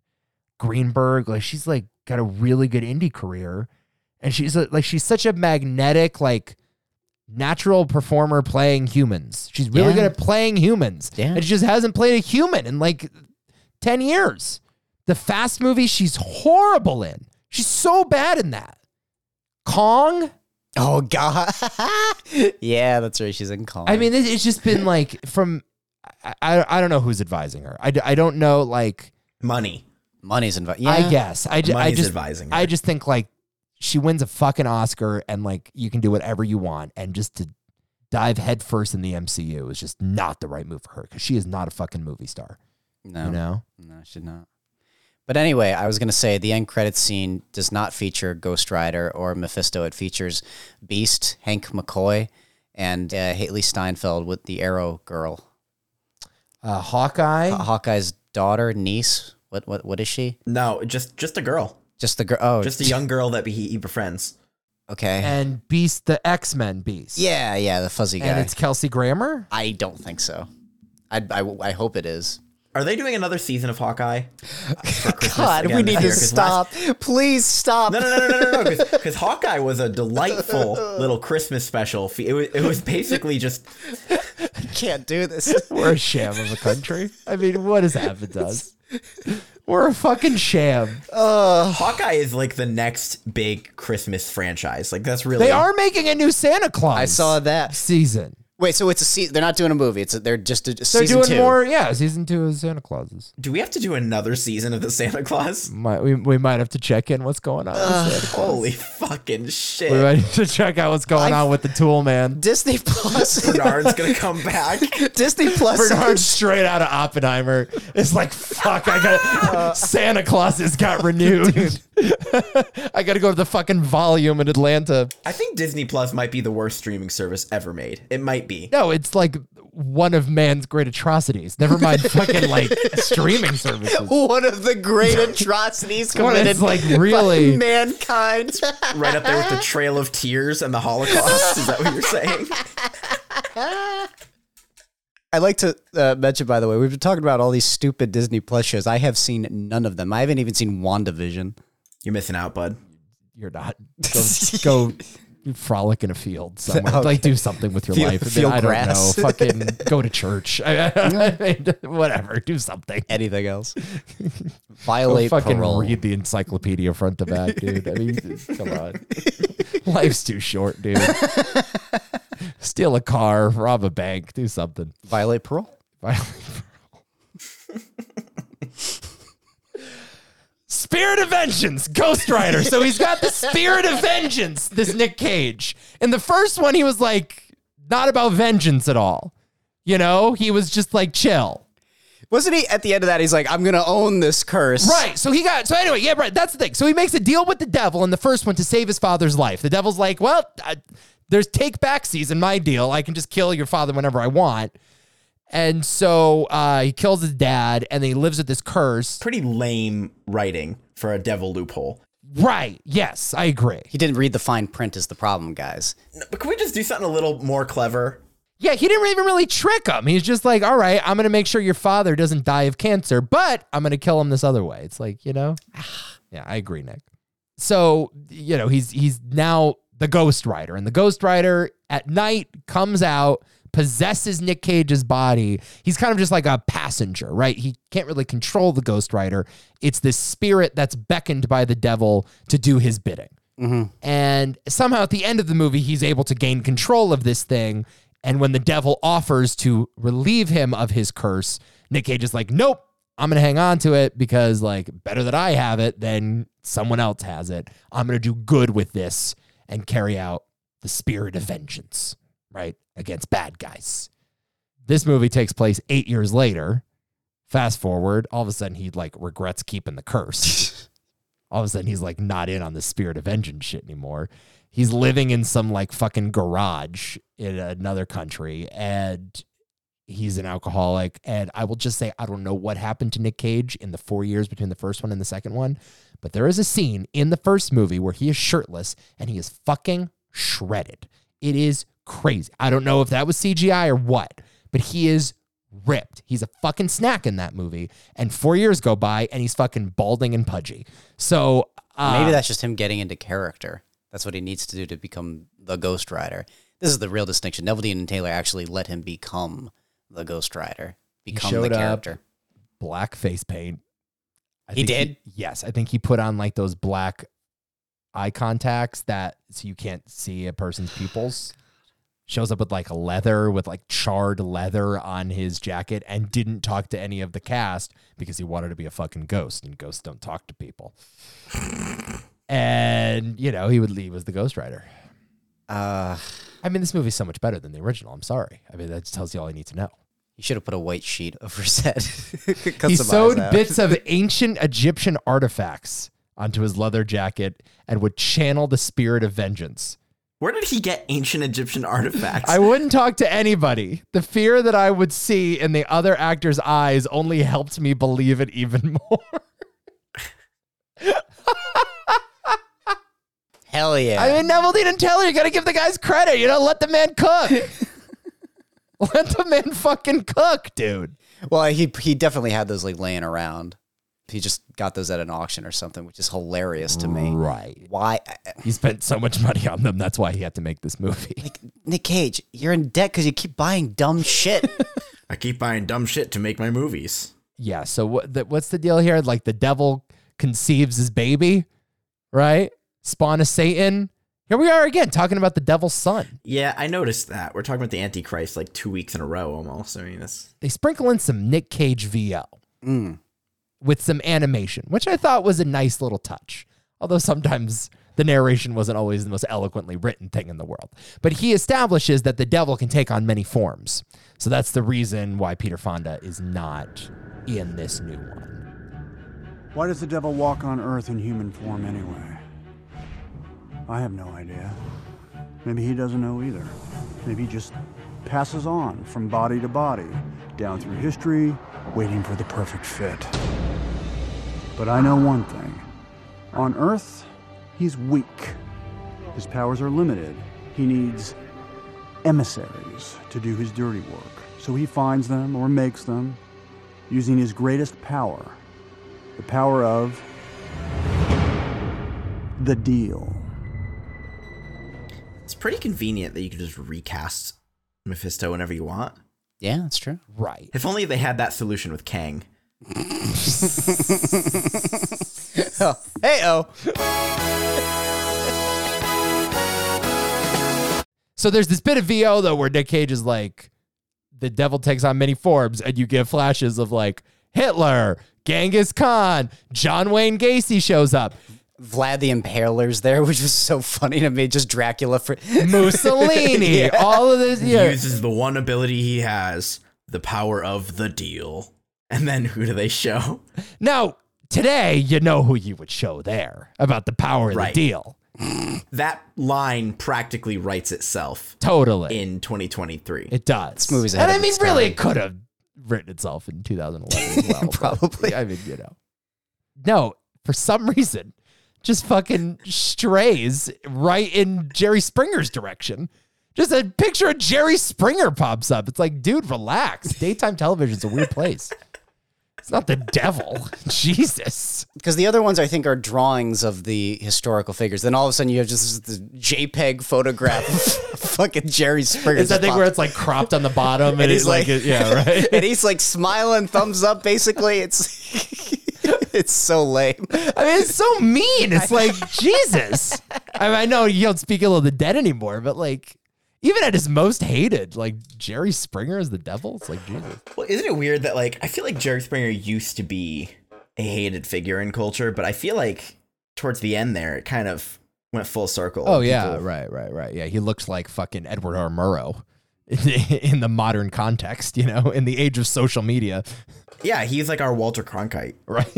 [SPEAKER 3] Greenberg. Like she's like got a really good indie career, and she's a, like she's such a magnetic like natural performer playing humans. She's really
[SPEAKER 2] Yeah.
[SPEAKER 3] good at playing humans,
[SPEAKER 2] Yeah.
[SPEAKER 3] and she just hasn't played a human in like ten years. The Fast movie, she's horrible in. She's so bad in that. Kong.
[SPEAKER 2] Oh God! yeah, that's right. She's in Kong.
[SPEAKER 3] I mean, it- it's just been like from I, I, I don't know who's advising her. I, d- I don't know like
[SPEAKER 4] Money.
[SPEAKER 2] money's involved. Yeah,
[SPEAKER 3] I guess I, j- I
[SPEAKER 4] Money's
[SPEAKER 3] just
[SPEAKER 4] advising. Her.
[SPEAKER 3] I just think like she wins a fucking Oscar and like you can do whatever you want and just to dive headfirst in the MCU is just not the right move for her because she is not a fucking movie star.
[SPEAKER 2] No,
[SPEAKER 3] You know,
[SPEAKER 2] no, should not. But anyway, I was going to say the end credits scene does not feature Ghost Rider or Mephisto. It features Beast, Hank McCoy, and uh, Haley Steinfeld with the Arrow Girl,
[SPEAKER 3] uh, Hawkeye.
[SPEAKER 2] Uh, Hawkeye's daughter, niece. What what what is she?
[SPEAKER 4] no, just just a girl,
[SPEAKER 2] Just the girl. Oh,
[SPEAKER 4] just a young girl that he, he befriends.
[SPEAKER 2] Okay.
[SPEAKER 3] and Beast, the X Men Beast.
[SPEAKER 2] yeah, yeah, the fuzzy
[SPEAKER 3] and
[SPEAKER 2] guy.
[SPEAKER 3] it's Kelsey Grammer.
[SPEAKER 2] I don't think so. I, I, I hope it is.
[SPEAKER 4] Are they doing another season of Hawkeye? for Christmas
[SPEAKER 2] God, we
[SPEAKER 4] again
[SPEAKER 2] need
[SPEAKER 4] this
[SPEAKER 2] to
[SPEAKER 4] year? 'Cause last-
[SPEAKER 2] stop. Please stop.
[SPEAKER 4] No, no, no, no, no, no, no. Because Hawkeye was a delightful little Christmas special. Fe- It was, it was basically just
[SPEAKER 2] I can't do this.
[SPEAKER 3] We're a sham of a country. I mean, what has happened to us? We're a fucking sham.
[SPEAKER 4] Hawkeye is like the next big Christmas franchise. Like that's really
[SPEAKER 3] They are making a new Santa Claus.
[SPEAKER 2] I saw that.
[SPEAKER 3] season.
[SPEAKER 2] Wait, so it's a se- they're not doing a movie. It's a, they're just a,
[SPEAKER 3] They're
[SPEAKER 2] season
[SPEAKER 3] doing
[SPEAKER 2] two.
[SPEAKER 3] more. Yeah, season two is Santa Clauses.
[SPEAKER 4] Do we have to do another season of the Santa Claus?
[SPEAKER 3] Might, we, we might have to check in what's going on. with Santa Claus.
[SPEAKER 4] Holy fucking shit.
[SPEAKER 3] We might need to check out what's going on with the tool man.
[SPEAKER 2] Disney Plus.
[SPEAKER 4] Bernard's gonna come back.
[SPEAKER 2] Disney Plus.
[SPEAKER 3] Bernard straight out of Oppenheimer is like, fuck, I got Santa Claus has got renewed. I gotta go to the fucking volume in Atlanta.
[SPEAKER 4] I think Disney Plus might be the worst streaming service ever made. It might be.
[SPEAKER 3] No, it's like one of man's great atrocities. Never mind fucking like streaming services.
[SPEAKER 2] One of the great atrocities committed
[SPEAKER 3] It's like
[SPEAKER 2] by
[SPEAKER 3] really
[SPEAKER 2] mankind.
[SPEAKER 4] Right up there with the Trail of Tears and the Holocaust. Is that what you're saying?
[SPEAKER 2] I like to uh, mention, by the way, we've been talking about all these stupid Disney Plus shows. I have seen none of them. I haven't even seen WandaVision.
[SPEAKER 4] You're missing out, bud.
[SPEAKER 3] you're not go, go frolic in a field somewhere.
[SPEAKER 2] Okay.
[SPEAKER 3] Like do something with your
[SPEAKER 2] Feel-
[SPEAKER 3] life.
[SPEAKER 2] feel
[SPEAKER 3] I don't
[SPEAKER 2] grass.
[SPEAKER 3] know. Fucking go to church. I, mean, whatever. Do something.
[SPEAKER 2] Anything else?
[SPEAKER 3] Go
[SPEAKER 2] Violate
[SPEAKER 3] fucking
[SPEAKER 2] parole.
[SPEAKER 3] read the encyclopedia front to back, dude. I mean, come on. Life's too short, dude. Steal a car, rob a bank, do something.
[SPEAKER 2] Violate parole.
[SPEAKER 3] Spirit of Vengeance, Ghost Rider. So he's got the spirit of vengeance, this Nick Cage. In the first one, he was like, not about vengeance at all. You know, he was just like chill.
[SPEAKER 2] Wasn't he at the end of that? He's like, I'm going to own this curse.
[SPEAKER 3] Right. So he got, so anyway, yeah, right. That's the thing. So he makes a deal with the devil in the first one to save his father's life. The devil's like, well, I, there's take backsies in my deal. I can just kill your father whenever I want. And so uh, he kills his dad and then he lives with this curse.
[SPEAKER 4] Pretty lame writing for a devil loophole.
[SPEAKER 3] Right. Yes, I agree.
[SPEAKER 2] He didn't read the fine print, is the problem, guys.
[SPEAKER 4] No, But can we just do something a little more clever?
[SPEAKER 3] Yeah, he didn't even really trick him. He's just like, all right, I'm going to make sure your father doesn't die of cancer, but I'm going to kill him this other way. It's like, you know? yeah, I agree, Nick. So, you know, he's he's now the Ghost Rider, and the Ghost Rider at night comes out, possesses Nick Cage's body. He's kind of just like a passenger, right? He can't really control the Ghost Rider. It's this spirit that's beckoned by the devil to do his bidding. And somehow at the end of the movie, he's able to gain control of this thing. And when the devil offers to relieve him of his curse, Nick Cage is like, nope, I'm going to hang on to it because, like, better that I have it than someone else has it. I'm going to do good with this and carry out the spirit of vengeance, right? Against bad guys. This movie takes place eight years later. Fast forward, all of a sudden he like regrets keeping the curse. all of a sudden he's like not in on the spirit of vengeance shit anymore. He's living in some like fucking garage in another country and he's an alcoholic. And I will just say, I don't know what happened to Nick Cage in the four years between the first one and the second one, but there is a scene in the first movie where he is shirtless and he is fucking shredded. It is crazy. I don't know if that was CGI or what, but he is ripped. He's a fucking snack in that movie. And four years go by and he's fucking balding and pudgy. So uh,
[SPEAKER 2] Maybe that's just him getting into character. That's what he needs to do to become the Ghost Rider. This is the real distinction. Neville Dean and Taylor actually let him become the Ghost Rider, become the
[SPEAKER 3] showed up.
[SPEAKER 2] character.
[SPEAKER 3] black face paint. I
[SPEAKER 2] He
[SPEAKER 3] think
[SPEAKER 2] did?
[SPEAKER 3] yes, I think he put on like those black eye contacts that so you can't see a person's pupils. Shows up with like leather, with like charred leather on his jacket, and didn't talk to any of the cast because he wanted to be a fucking ghost, and ghosts don't talk to people. and you know he would leave as the Ghost Rider.
[SPEAKER 2] Uh,
[SPEAKER 3] I mean, this movie's so much better than the original. I'm sorry. I mean, that just tells you all you need to know.
[SPEAKER 2] he should have put a white sheet over his head. Cut
[SPEAKER 3] He
[SPEAKER 2] some eyes
[SPEAKER 3] sewed
[SPEAKER 2] out.
[SPEAKER 3] bits of ancient Egyptian artifacts onto his leather jacket and would channel the spirit of vengeance.
[SPEAKER 4] Where did he get ancient Egyptian artifacts?
[SPEAKER 3] I wouldn't talk to anybody. The fear that I would see in the other actor's eyes only helped me believe it even more.
[SPEAKER 2] Hell yeah.
[SPEAKER 3] I mean, Neville Dean and Taylor, you gotta give the guys credit. You know, let the man cook. let the man fucking cook, dude.
[SPEAKER 2] well, he he definitely had those like laying around. He just got those at an auction or something, which is hilarious to me.
[SPEAKER 3] Right.
[SPEAKER 2] Why, uh, I-
[SPEAKER 3] He spent so much money on them. That's why he had to make this movie.
[SPEAKER 2] like Nick Cage, you're in debt because you keep buying dumb shit.
[SPEAKER 4] I keep buying dumb shit to make my movies.
[SPEAKER 3] yeah so what the, what's the deal here like the devil conceives his baby right spawn of satan Here we are again talking about the devil's son.
[SPEAKER 4] Yeah, I noticed that. We're talking about the Antichrist like two weeks in a row almost. I mean, that's
[SPEAKER 3] They sprinkle in some Nick Cage VO
[SPEAKER 2] Mm.
[SPEAKER 3] with some animation, which I thought was a nice little touch. Although sometimes the narration wasn't always the most eloquently written thing in the world. But he establishes that the devil can take on many forms. So that's the reason why Peter Fonda is not in this new one.
[SPEAKER 1] Why does the devil walk on earth in human form anyway? I have no idea. Maybe he doesn't know either. Maybe he just passes on from body to body, down through history, waiting for the perfect fit. But I know one thing on earth, he's weak. His powers are limited. He needs emissaries to do his dirty work. So he finds them or makes them using his greatest power the power of the deal.
[SPEAKER 4] it's pretty convenient that you can just recast Mephisto whenever you want.
[SPEAKER 2] Yeah, that's true.
[SPEAKER 3] Right.
[SPEAKER 4] If only they had that solution with Kang.
[SPEAKER 2] Oh, hey, oh.
[SPEAKER 3] So there's this bit of VO though where Nick Cage is like, the devil takes on many forms, and you get flashes of like Hitler, Genghis Khan, John Wayne Gacy shows up,
[SPEAKER 2] Vlad the Impaler's there, which was so funny to me. Just Dracula for
[SPEAKER 3] Mussolini, all of this.
[SPEAKER 4] He
[SPEAKER 3] Yeah.
[SPEAKER 4] uses the one ability he has, the power of the deal. And then who do they show?
[SPEAKER 3] Now, today, you know who you would show there about the power of
[SPEAKER 4] Right.
[SPEAKER 3] the deal.
[SPEAKER 4] That line practically writes itself
[SPEAKER 3] Totally.
[SPEAKER 4] in 2023.
[SPEAKER 3] it does. This
[SPEAKER 2] movie's
[SPEAKER 3] and
[SPEAKER 2] ahead
[SPEAKER 3] I
[SPEAKER 2] of
[SPEAKER 3] mean,
[SPEAKER 2] its
[SPEAKER 3] really,
[SPEAKER 2] time.
[SPEAKER 3] it could have written itself in 2011 as well. but,
[SPEAKER 2] Probably.
[SPEAKER 3] I mean, you know. No, for some reason, just fucking strays right in Jerry Springer's direction. Just a picture of Jerry Springer pops up. It's like, dude, relax. Daytime television's a weird place. It's not the devil. Jesus.
[SPEAKER 2] because the other ones I think are drawings of the historical figures. Then all of a sudden you have just the JPEG photograph of fucking Jerry Springer.
[SPEAKER 3] It's that
[SPEAKER 2] just
[SPEAKER 3] thing
[SPEAKER 2] pop-
[SPEAKER 3] where it's like cropped on the bottom and,
[SPEAKER 2] he's
[SPEAKER 3] he's like,
[SPEAKER 2] like-
[SPEAKER 3] yeah, right.
[SPEAKER 2] and he's like smiling, thumbs up. Basically, it's it's so lame.
[SPEAKER 3] I mean, it's so mean. It's like Jesus. I mean, I know you don't speak ill of the dead anymore, but like, even at his most hated, like Jerry Springer is the devil. It's like Jesus.
[SPEAKER 4] Well, isn't it weird that like I feel like Jerry Springer used to be a hated figure in culture, but I feel like towards the end there it kind of went full circle. People-
[SPEAKER 3] right, right, right. Oh, Yeah, he looks like fucking Edward R. Murrow in the modern context. You know, in the age of social media,
[SPEAKER 4] Yeah, he's like our Walter Cronkite.
[SPEAKER 3] right?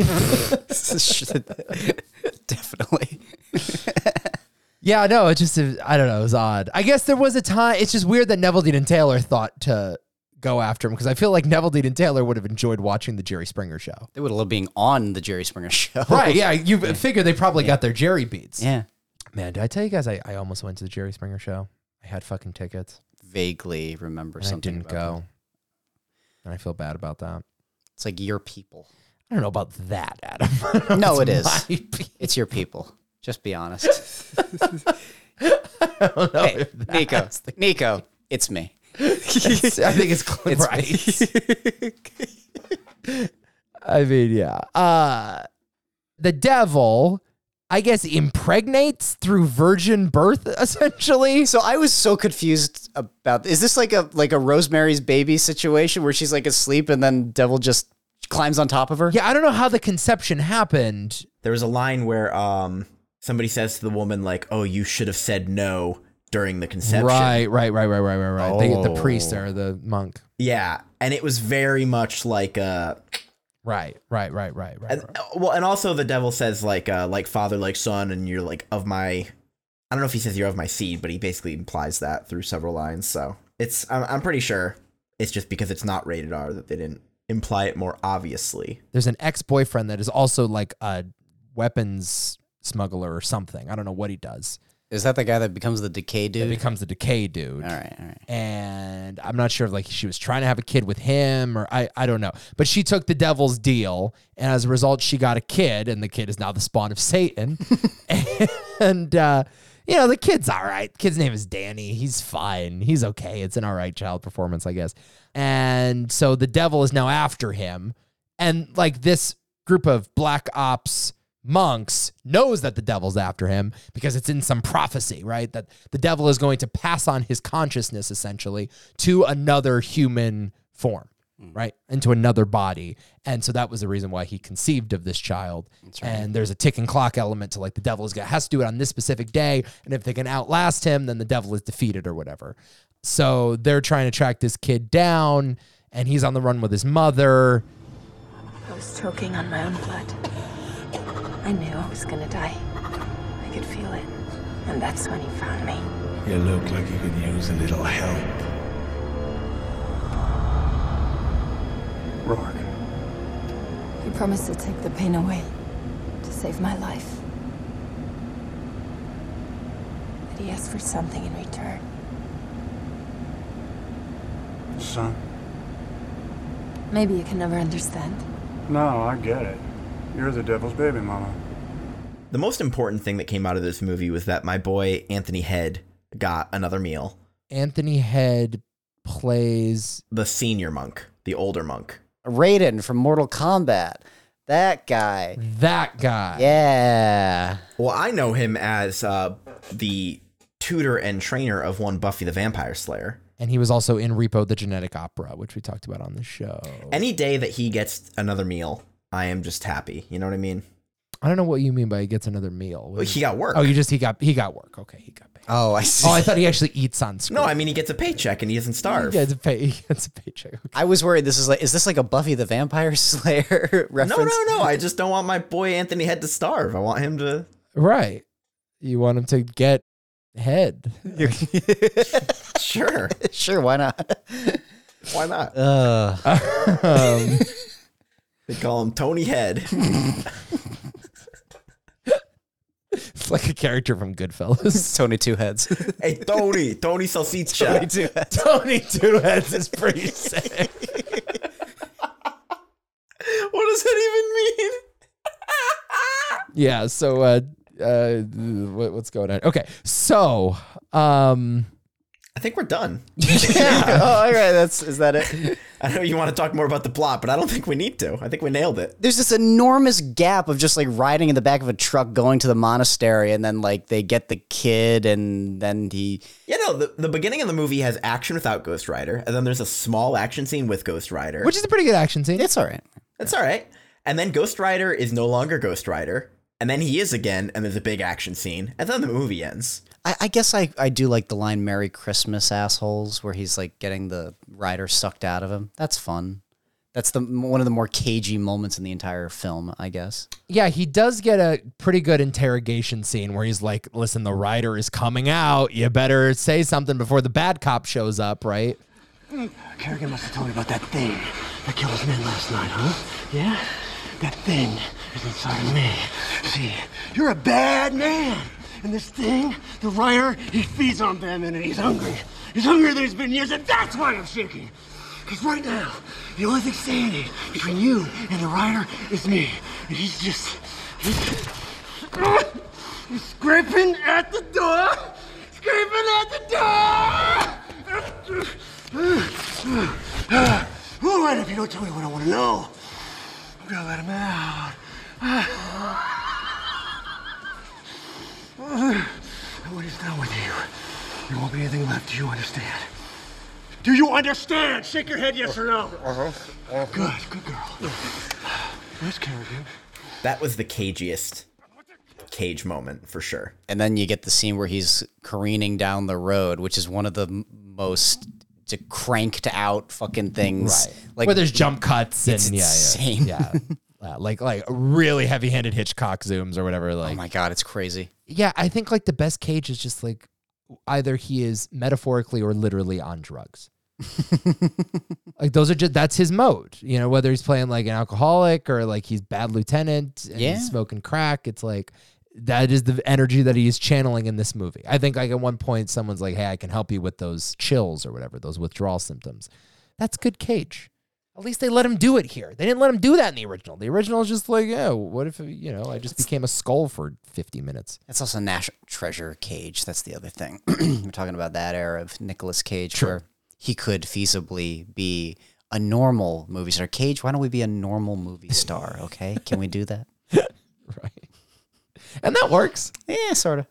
[SPEAKER 2] Definitely.
[SPEAKER 3] yeah, no, it just I don't know. It was odd. I guess there was a time. It's just weird that Neville Dean and Taylor thought to go after him because I feel like Neville Dean and Taylor would have enjoyed watching the Jerry Springer show.
[SPEAKER 2] They would have loved being on the Jerry Springer show.
[SPEAKER 3] Right, yeah. You figure they probably got their Jerry beats.
[SPEAKER 2] Yeah.
[SPEAKER 3] Man, did I tell you guys I, I almost went to the Jerry Springer show? I had fucking tickets.
[SPEAKER 2] Vaguely remember
[SPEAKER 3] And
[SPEAKER 2] something.
[SPEAKER 3] I didn't
[SPEAKER 2] about
[SPEAKER 3] go.
[SPEAKER 2] that.
[SPEAKER 3] And I feel bad about that.
[SPEAKER 2] It's like your people.
[SPEAKER 3] I don't know about that, Adam.
[SPEAKER 2] No, it
[SPEAKER 3] It's
[SPEAKER 2] is.
[SPEAKER 3] my pe-
[SPEAKER 2] It's your people. Just be honest.
[SPEAKER 3] I don't know.
[SPEAKER 2] Hey,
[SPEAKER 3] if that-
[SPEAKER 2] Nico. Nico, it's me.
[SPEAKER 3] I think it's Clint Rice. I mean, yeah. Uh, the devil, I guess, impregnates through virgin birth, essentially.
[SPEAKER 2] So I was so confused about is this like a like a Rosemary's baby situation where she's like asleep and then devil just climbs on top of her?
[SPEAKER 3] Yeah, I don't know how the conception happened.
[SPEAKER 4] There was a line where um somebody says to the woman like, "Oh, you should have said no during the conception."
[SPEAKER 3] Right, right, right, right, right, right, right. The, the priest
[SPEAKER 4] Oh.
[SPEAKER 3] or the monk.
[SPEAKER 4] Yeah, and it was very much like uh
[SPEAKER 3] Right, right, right, right, right.
[SPEAKER 4] and,
[SPEAKER 3] right.
[SPEAKER 4] uh, well, and also the devil says like uh like father like son and you're like of my I don't know if he says you're of my seed, but he basically implies that through several lines. So, it's I'm, I'm pretty sure it's just because it's not rated R that they didn't imply it more obviously.
[SPEAKER 3] There's an ex boyfriend that is also like a weapons smuggler or something. I don't know what he does.
[SPEAKER 2] Is that the guy that becomes the decay
[SPEAKER 3] It
[SPEAKER 2] dude?
[SPEAKER 3] becomes a decay dude.
[SPEAKER 2] all right, all right.
[SPEAKER 3] And I'm not sure if like she was trying to have a kid with him or I, I don't know. But she took the devil's deal. And as a result, she got a kid. And the kid is now the spawn of Satan. and, uh, you know, the kid's all right. kid's name is Danny. He's fine. He's okay. It's an all right child performance, I guess. And so the devil is now after him. And like this group of black ops monks knows that the devil's after him because it's in some prophecy, right? That the devil is going to pass on his consciousness essentially to another human form, right? Into another body. And so that was the reason why he conceived of this child. And there's a ticking clock element to like the devil is gonna has to do it on this specific day. And if they can outlast him, then the devil is defeated or whatever. So they're trying to track this kid down and he's on the run with his mother.
[SPEAKER 5] I was choking on my own blood. I knew I was gonna die. I could feel it. And that's when he found me.
[SPEAKER 6] You look like you could use a little help.
[SPEAKER 1] Rock.
[SPEAKER 5] He promised to take the pain away, to save my life. But he asked for something in return.
[SPEAKER 1] Son?
[SPEAKER 5] Maybe you can never understand.
[SPEAKER 1] No, I get it. You're the devil's baby mama.
[SPEAKER 4] The most important thing that came out of this movie was that my boy Anthony Head got another meal.
[SPEAKER 3] Anthony Head plays
[SPEAKER 4] The senior monk, the older monk.
[SPEAKER 2] Raiden from Mortal Kombat. That guy.
[SPEAKER 3] that guy.
[SPEAKER 2] Yeah.
[SPEAKER 4] Well, I know him as uh, the tutor and trainer of one Buffy the Vampire Slayer.
[SPEAKER 3] And he was also in Repo the Genetic Opera, which we talked about on the show.
[SPEAKER 4] Any day that he gets another meal, I am just happy. You know what I mean?
[SPEAKER 3] I don't know what you mean by he gets another meal. What is-
[SPEAKER 4] He got work.
[SPEAKER 3] oh, you just he got he got work. Okay, he got paid.
[SPEAKER 2] Oh, I see.
[SPEAKER 3] Oh, I thought he actually eats on screen.
[SPEAKER 4] no, I mean he gets a paycheck and he doesn't
[SPEAKER 3] he
[SPEAKER 4] starve.
[SPEAKER 3] gets a pay. He gets a paycheck. Okay.
[SPEAKER 2] I was worried this is like is this like a Buffy the Vampire Slayer
[SPEAKER 4] No,
[SPEAKER 2] reference?
[SPEAKER 4] no, no. I just don't want my boy Anthony Head to starve. I want him to.
[SPEAKER 3] Right. You want him to get head.
[SPEAKER 4] Sure.
[SPEAKER 2] Sure, why not?
[SPEAKER 4] Why not?
[SPEAKER 2] Uh
[SPEAKER 3] Um,
[SPEAKER 4] They call him Tony Head.
[SPEAKER 3] it's like a character from Goodfellas.
[SPEAKER 2] Tony Two Heads.
[SPEAKER 4] hey, Tony. Tony Salsicha.
[SPEAKER 2] Tony Two Heads.
[SPEAKER 3] Tony Two Heads is pretty sick.
[SPEAKER 4] What does that even mean?
[SPEAKER 3] yeah so uh uh what, what's going on okay so um
[SPEAKER 4] I think we're done.
[SPEAKER 2] oh, all right. That's is that it?
[SPEAKER 4] I know you want to talk more about the plot, but I don't think we need to. I think we nailed it.
[SPEAKER 2] There's this enormous gap of just like riding in the back of a truck going to the monastery, and then like they get the kid, and then he
[SPEAKER 4] You know, the, the beginning of the movie has action without Ghost Rider, and then there's a small action scene with Ghost Rider.
[SPEAKER 3] which is a pretty good action scene
[SPEAKER 2] it's all right.
[SPEAKER 4] That's all right. And then Ghost Rider is no longer Ghost Rider, and then he is again, and there's a big action scene, and then the movie ends.
[SPEAKER 2] I, I guess I, I do like the line "Merry Christmas, assholes," where he's like getting the rider sucked out of him. That's fun. That's the one of the more cagey moments in the entire film, I guess.
[SPEAKER 3] yeah he does get a pretty good interrogation scene where he's like listen the rider is coming out you better say something before the bad cop shows up right
[SPEAKER 6] Kerrigan must have told you about that thing that killed his men last night, huh? Yeah? That thing is inside of me. See, you're a bad man. And this thing, the rider, he feeds on bad men and he's hungry. He's hungrier than he's been in years, and that's why I'm shaking. Because right now, the only thing standing between you and the rider is me. And he's just. He's, he's scraping at the door! Scraping at the door! All right, if you don't tell me what I want to know, I'm gonna let him out. And when he's done with you, there won't be anything left. Do you understand? Do you understand? Shake your head, yes or no. Good, good girl. Where's Kerrigan?
[SPEAKER 4] That was the cagiest cage moment for sure.
[SPEAKER 2] And then you get the scene where he's careening down the road, which is one of the m- most de- cranked out fucking things. Like
[SPEAKER 3] where there's jump cuts and yeah,
[SPEAKER 2] insane.
[SPEAKER 3] yeah yeah Uh, like like really heavy-handed hitchcock zooms or whatever like
[SPEAKER 2] oh my god, it's crazy.
[SPEAKER 3] yeah i think like the best cage is just like either he is metaphorically or literally on drugs like those are just that's his mode you know whether he's playing like an alcoholic or like he's bad lieutenant and
[SPEAKER 2] Yeah.
[SPEAKER 3] he's smoking crack it's like that is the energy that he's channeling in this movie i think like at one point someone's like hey i can help you with those chills or whatever those withdrawal symptoms that's good cage at least they let him do it here. They didn't let him do that in the original. The original is just like, yeah, what if, you know, I just became a skull for 50 minutes.
[SPEAKER 2] That's also National Treasure Cage. That's the other thing. We're talking about that era of Nicolas Cage where he could feasibly be a normal movie star. Cage, why don't we be a normal movie star? Okay. Can we do that?
[SPEAKER 3] right? and that works.
[SPEAKER 2] Yeah, sort of.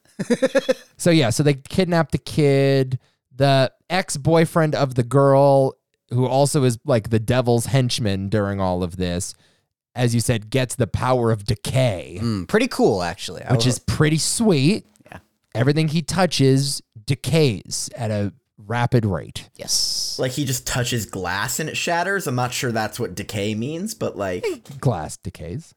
[SPEAKER 3] So yeah, so they kidnap the kid. The ex-boyfriend of the girl, who also is like the devil's henchman during all of this, as you said, gets the power of decay,
[SPEAKER 2] Hmm, pretty cool, actually. I
[SPEAKER 3] which
[SPEAKER 2] will-
[SPEAKER 3] is pretty sweet.
[SPEAKER 2] Mm. Yeah.
[SPEAKER 3] Everything he touches decays at a rapid rate.
[SPEAKER 2] yes.
[SPEAKER 4] Like he just touches glass and it shatters. I'm not sure that's what decay means, but like,
[SPEAKER 3] Glass decays.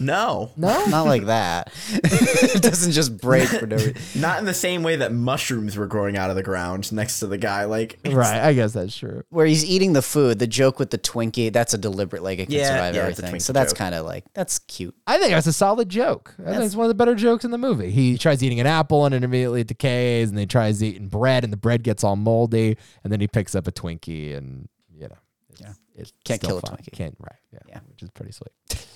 [SPEAKER 4] no.
[SPEAKER 3] No?
[SPEAKER 2] Not like that. it doesn't just break for no reason.
[SPEAKER 4] Not in the same way that mushrooms were growing out of the ground next to the guy. Like, it's-
[SPEAKER 3] right, I guess that's true.
[SPEAKER 2] Where he's eating the food, the joke with the Twinkie, that's a deliberate, like, it can
[SPEAKER 4] Yeah,
[SPEAKER 2] survive
[SPEAKER 4] yeah, it's a
[SPEAKER 2] everything.
[SPEAKER 4] Twinkie
[SPEAKER 2] So that's
[SPEAKER 4] joke.
[SPEAKER 2] kind of like, that's cute.
[SPEAKER 3] I think that's a solid joke. I think it's one of the better jokes in the movie. He tries eating an apple and it immediately decays, and then he tries eating bread and the bread gets all moldy, and then he picks up a Twinkie and you know, it's, yeah. it's
[SPEAKER 2] Can't
[SPEAKER 3] still
[SPEAKER 2] kill a
[SPEAKER 3] fun.
[SPEAKER 2] Twinkie.
[SPEAKER 3] Can't right? Yeah,
[SPEAKER 2] Yeah.
[SPEAKER 3] which is pretty sweet.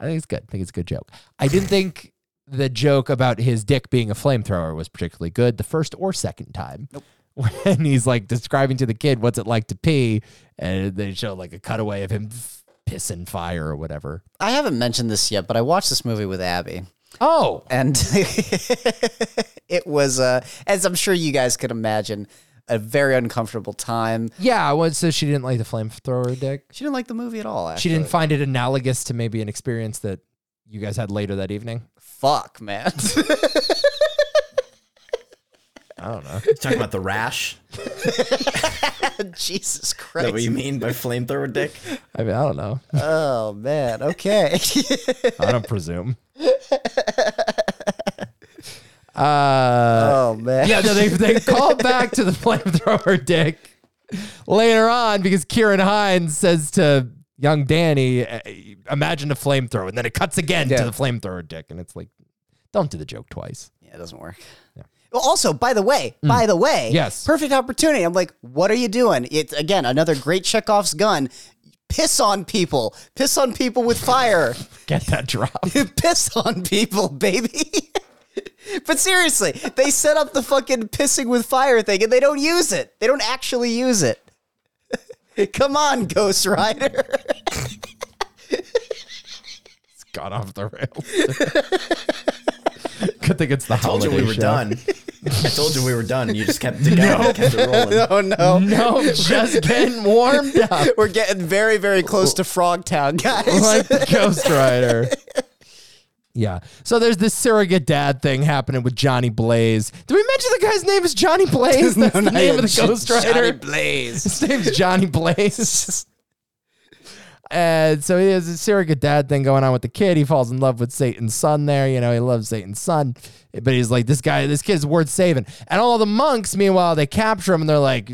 [SPEAKER 3] I think it's good. I think it's a good joke. I didn't think the joke about his dick being a flamethrower was particularly good the first or second time. Nope. When he's like describing to the kid what's it like to pee, and they show like a cutaway of him f- pissing fire or whatever.
[SPEAKER 2] I haven't mentioned this yet, but I watched this movie with Abby.
[SPEAKER 3] Oh,
[SPEAKER 2] and it was uh, as i'm sure you guys could imagine a very uncomfortable time
[SPEAKER 3] Yeah, well, so she didn't like the flamethrower dick.
[SPEAKER 2] she didn't like the movie at all actually.
[SPEAKER 3] She didn't find it analogous to maybe an experience that you guys had later that evening.
[SPEAKER 2] fuck man
[SPEAKER 3] I don't know.
[SPEAKER 4] Talking about the rash
[SPEAKER 2] jesus
[SPEAKER 4] that we
[SPEAKER 2] christ
[SPEAKER 4] mean by flamethrower dick.
[SPEAKER 3] I mean, I don't know.
[SPEAKER 2] oh man okay
[SPEAKER 3] I don't presume. Uh,
[SPEAKER 2] oh man
[SPEAKER 3] yeah, no, they they call back to the flamethrower dick later on because Kieran Hines says to young Danny, "Eh, "Imagine a flamethrower," and then it cuts again
[SPEAKER 2] Yeah.
[SPEAKER 3] to the flamethrower dick, and it's like, don't do the joke twice.
[SPEAKER 2] Yeah, it doesn't work well, also, by the way, by the way,
[SPEAKER 3] Mm. Yes.
[SPEAKER 2] perfect opportunity. I'm like, what are you doing? It's again another great Chekhov's gun. Piss on people. Piss on people with fire.
[SPEAKER 3] Get that drop.
[SPEAKER 2] piss on people, baby. but seriously, they set up the fucking pissing with fire thing and they don't use it. They don't actually use it. Come on, Ghost Rider.
[SPEAKER 3] got off the rails. Good thing it's the
[SPEAKER 4] Told you
[SPEAKER 3] holiday
[SPEAKER 4] we were
[SPEAKER 3] show.
[SPEAKER 4] done. I told you we were done. and You just kept the guy kept it rolling.
[SPEAKER 2] oh no.
[SPEAKER 3] No, just getting warmed up
[SPEAKER 2] We're getting very, very close to Frogtown, guys.
[SPEAKER 3] like the Ghost Rider. Yeah. So there's this surrogate dad thing happening with Johnny Blaze. Did we mention the guy's name is Johnny Blaze? That's the name of the Ghost Rider.
[SPEAKER 2] Blaze.
[SPEAKER 3] His name's Johnny Blaze. And so he has a surrogate dad thing going on with the kid. He falls in love with Satan's son there. You know, he loves Satan's son. But he's like, this guy, this kid's worth saving. And all the monks, meanwhile, they capture him and they're like,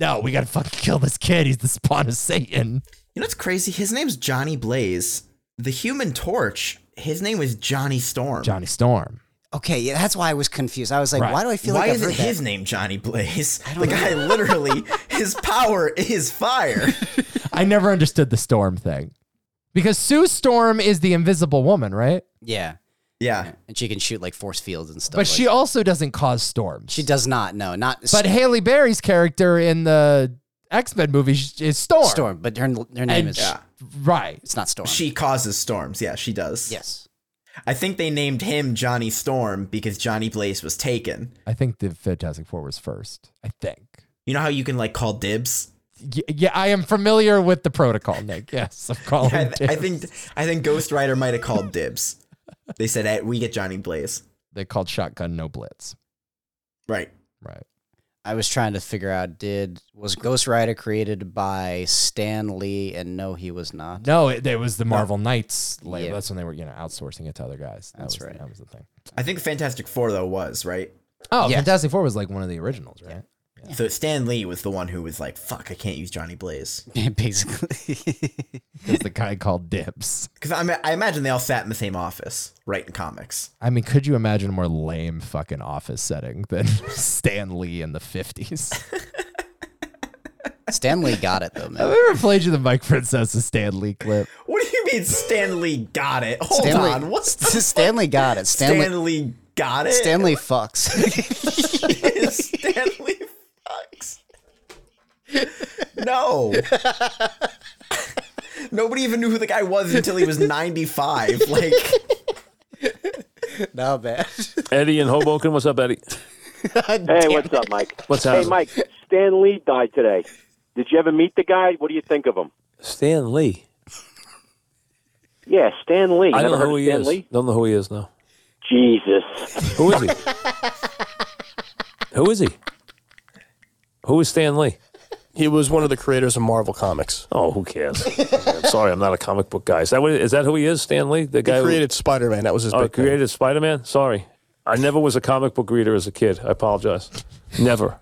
[SPEAKER 3] no, we got to fucking kill this kid. He's the spawn of Satan.
[SPEAKER 4] You know what's crazy? His name's Johnny Blaze. The Human Torch. His name was Johnny Storm.
[SPEAKER 3] Johnny Storm.
[SPEAKER 2] Okay, yeah, that's why I was confused. I was like,
[SPEAKER 3] Right.
[SPEAKER 2] why do I feel
[SPEAKER 4] Why
[SPEAKER 2] like I've
[SPEAKER 4] is it
[SPEAKER 2] heard that?
[SPEAKER 4] his name Johnny Blaze? The guy literally, his power is fire.
[SPEAKER 3] I never understood the Storm thing. Because Sue Storm is the invisible woman, right?
[SPEAKER 2] Yeah.
[SPEAKER 4] Yeah.
[SPEAKER 2] And she can shoot like force fields and stuff.
[SPEAKER 3] But
[SPEAKER 2] like-
[SPEAKER 3] she also doesn't cause storms.
[SPEAKER 2] she does not, no, not
[SPEAKER 3] But Haley Berry's character in the X Men movie is Storm.
[SPEAKER 2] Storm, but her, her name
[SPEAKER 3] And
[SPEAKER 2] is
[SPEAKER 3] sh- Right.
[SPEAKER 2] it's not Storm.
[SPEAKER 4] She causes storms. Yeah, she does.
[SPEAKER 2] yes.
[SPEAKER 4] I think they named him Johnny Storm because Johnny Blaze was taken.
[SPEAKER 3] I think the Fantastic Four was first. I think.
[SPEAKER 4] You know how you can like call dibs?
[SPEAKER 3] Yeah, yeah I am familiar with the protocol, Nick. Yes, I'm calling.
[SPEAKER 4] I, th- I
[SPEAKER 3] Oh, dibs.
[SPEAKER 4] think I think Ghost Rider might have called dibs. They said hey, we get Johnny Blaze.
[SPEAKER 3] they called shotgun no blitz.
[SPEAKER 4] Right.
[SPEAKER 3] Right.
[SPEAKER 2] I was trying to figure out did was Ghost Rider created by Stan Lee and no he was not.
[SPEAKER 3] No, it, it was the Marvel Knights label.
[SPEAKER 2] Yeah.
[SPEAKER 3] That's when they were, you know, outsourcing it to other guys. That
[SPEAKER 2] That's
[SPEAKER 3] was,
[SPEAKER 2] right.
[SPEAKER 3] That was the thing.
[SPEAKER 4] I think Fantastic Four though was right.
[SPEAKER 3] Oh,
[SPEAKER 2] Yes.
[SPEAKER 3] Fantastic Four was like one of the originals, right?
[SPEAKER 4] So Stan Lee was the one who was like, "Fuck, I can't use Johnny Blaze."
[SPEAKER 2] Basically.
[SPEAKER 3] Because the guy called dibs.
[SPEAKER 4] Because I, I imagine they all sat in the same office writing comics.
[SPEAKER 3] I mean, could you imagine a more lame fucking office setting than Stan Lee in the 50s?
[SPEAKER 2] Stan Lee got it though,
[SPEAKER 3] Have
[SPEAKER 2] man.
[SPEAKER 3] I ever played you the Mike Princess Stan Lee clip?
[SPEAKER 4] What do you mean Stan Lee got it? Hold
[SPEAKER 2] Stan Lee-
[SPEAKER 4] on, what's the
[SPEAKER 2] Stan Lee got it. Stan, Lee
[SPEAKER 4] Stan Lee got it?
[SPEAKER 2] Stan Lee fucks.
[SPEAKER 4] Stan Lee fucks. No. Nobody even knew who the guy was until he was 95. Like
[SPEAKER 2] No, man.
[SPEAKER 7] Eddie in Hoboken. What's up, Eddie?
[SPEAKER 8] Hey, what's up, Mike?
[SPEAKER 7] What's
[SPEAKER 8] hey,
[SPEAKER 7] happening?
[SPEAKER 8] Mike. Stan Lee died today. Did you ever meet the guy? What do you think of him?
[SPEAKER 7] Stan Lee.
[SPEAKER 8] Yeah, Stan Lee. Never
[SPEAKER 7] I don't know
[SPEAKER 8] heard
[SPEAKER 7] who
[SPEAKER 8] of
[SPEAKER 7] he
[SPEAKER 8] Stan
[SPEAKER 7] is.
[SPEAKER 8] Lee?
[SPEAKER 7] Don't know who he is now.
[SPEAKER 8] Jesus.
[SPEAKER 7] Who is he? who is he? Who is Stan Lee?
[SPEAKER 9] He was one of the creators of Marvel Comics.
[SPEAKER 7] Oh, who cares? I'm sorry, I'm not a comic book guy. Is that what? Is that who he is? Stan Lee, the guy
[SPEAKER 9] He
[SPEAKER 7] who-
[SPEAKER 9] created Spider Man. That was his
[SPEAKER 7] Oh,
[SPEAKER 9] big thing.
[SPEAKER 7] created Spider Man? Sorry. I never was a comic book reader as a kid. I apologize. Never.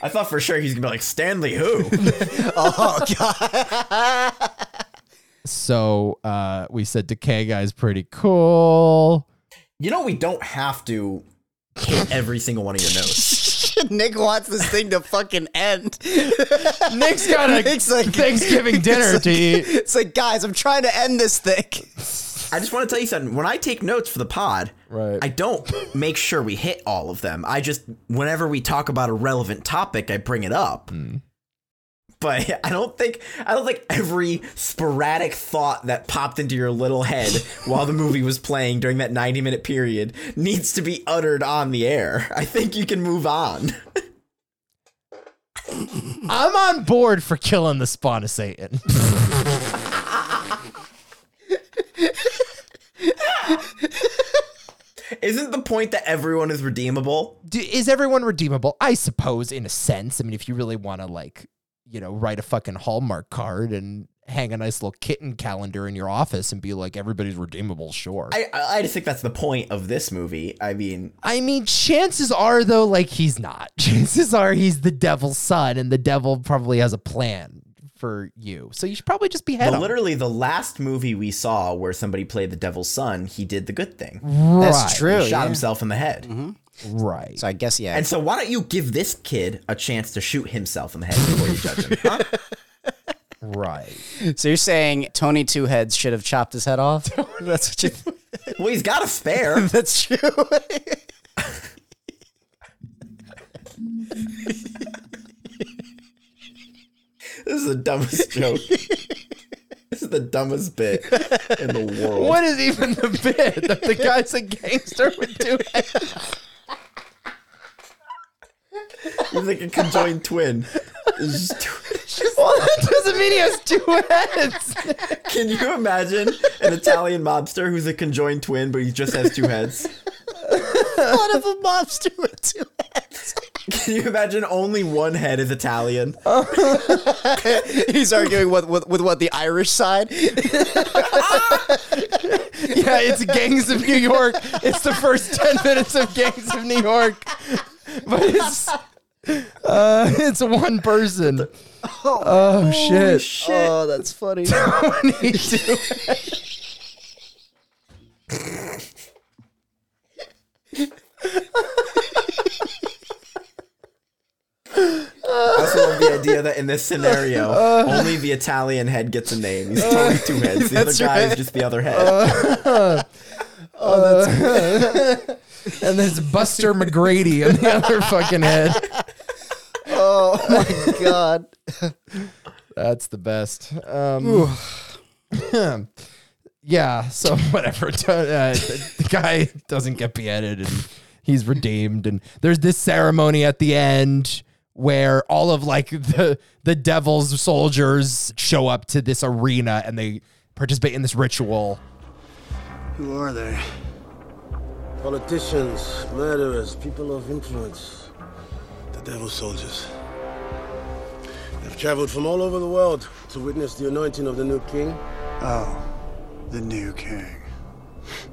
[SPEAKER 4] I thought for sure he's gonna be like Stanley who?
[SPEAKER 3] So uh, we said Decay Guy's pretty cool.
[SPEAKER 4] you know we don't have to hit every single one of your notes.
[SPEAKER 2] Nick wants this thing to fucking end.
[SPEAKER 3] Nick's got a
[SPEAKER 2] Nick's like-
[SPEAKER 3] Thanksgiving dinner
[SPEAKER 2] it's
[SPEAKER 3] to
[SPEAKER 2] like,
[SPEAKER 3] eat.
[SPEAKER 2] It's like, guys, I'm trying to end this thing.
[SPEAKER 4] I just want to tell you something. When I take notes for the pod,
[SPEAKER 3] Right.
[SPEAKER 4] I don't make sure we hit all of them. I just whenever we talk about a relevant topic, I bring it up. But I don't think I don't think every sporadic thought that popped into your little head while the movie was playing during that 90 minute period needs to be uttered on the air. I think you can move on.
[SPEAKER 3] I'm on board for killing the spawn of Satan.
[SPEAKER 4] Isn't the point that everyone is redeemable?
[SPEAKER 3] D- Is everyone redeemable? I suppose, in a sense. I mean, if you really want to, like, you know, write a fucking Hallmark card and hang a nice little kitten calendar in your office and be like, everybody's redeemable, sure. I,
[SPEAKER 4] I I I just think that's the point of this movie. I mean,
[SPEAKER 3] mean, chances are, though, like, he's not. Chances are he's the devil's son, and the devil probably has a plan for you. So you should probably just be head
[SPEAKER 4] the,
[SPEAKER 3] on.
[SPEAKER 4] literally the last movie we saw where somebody played the devil's son, he did the good thing.
[SPEAKER 3] Right,
[SPEAKER 2] That's true.
[SPEAKER 4] he shot
[SPEAKER 2] yeah.
[SPEAKER 4] himself in the head.
[SPEAKER 3] Right.
[SPEAKER 2] So I guess yeah.
[SPEAKER 4] And so why don't you give this kid a chance to shoot himself in the head before you judge him? huh?
[SPEAKER 3] Right.
[SPEAKER 2] So you're saying Tony Two Heads should have chopped his head off? that's what you.
[SPEAKER 4] Well, he's got a spare.
[SPEAKER 2] That's true.
[SPEAKER 4] This is the dumbest joke. This is the dumbest bit in the world.
[SPEAKER 3] What is even the bit that the guy's a gangster would do?
[SPEAKER 4] He's like a conjoined twin. It's just tw-
[SPEAKER 3] Well, that doesn't mean he has two heads.
[SPEAKER 4] Can you imagine an Italian mobster who's a conjoined twin, but he just has two heads?
[SPEAKER 2] One of the mobs do it too.
[SPEAKER 4] Can you imagine only one head is Italian?
[SPEAKER 2] He's arguing with, with with what the Irish side.
[SPEAKER 3] Yeah, it's Gangs of New York. It's the first 10 minutes of Gangs of New York. But it's uh, it's one person. Oh, shit.
[SPEAKER 2] Oh, that's funny.
[SPEAKER 4] I also love the idea that in this scenario,
[SPEAKER 3] Uh.
[SPEAKER 4] only the Italian head gets a name. He's totally two heads. The other guy is just the other head.
[SPEAKER 3] Uh. And there's Buster McGrady on the other fucking head.
[SPEAKER 2] Oh my god.
[SPEAKER 3] That's the best. Um, yeah. So whatever. Don't- Uh, the, the guy doesn't get beheaded, and he's redeemed. And there's this ceremony at the end where all of like the the devil's soldiers show up to this arena and they participate in this ritual.
[SPEAKER 6] Who are they? Politicians, murderers, people of influence. The devil's soldiers. They've traveled from all over the world to witness the anointing of the new king.
[SPEAKER 1] Oh, The new king.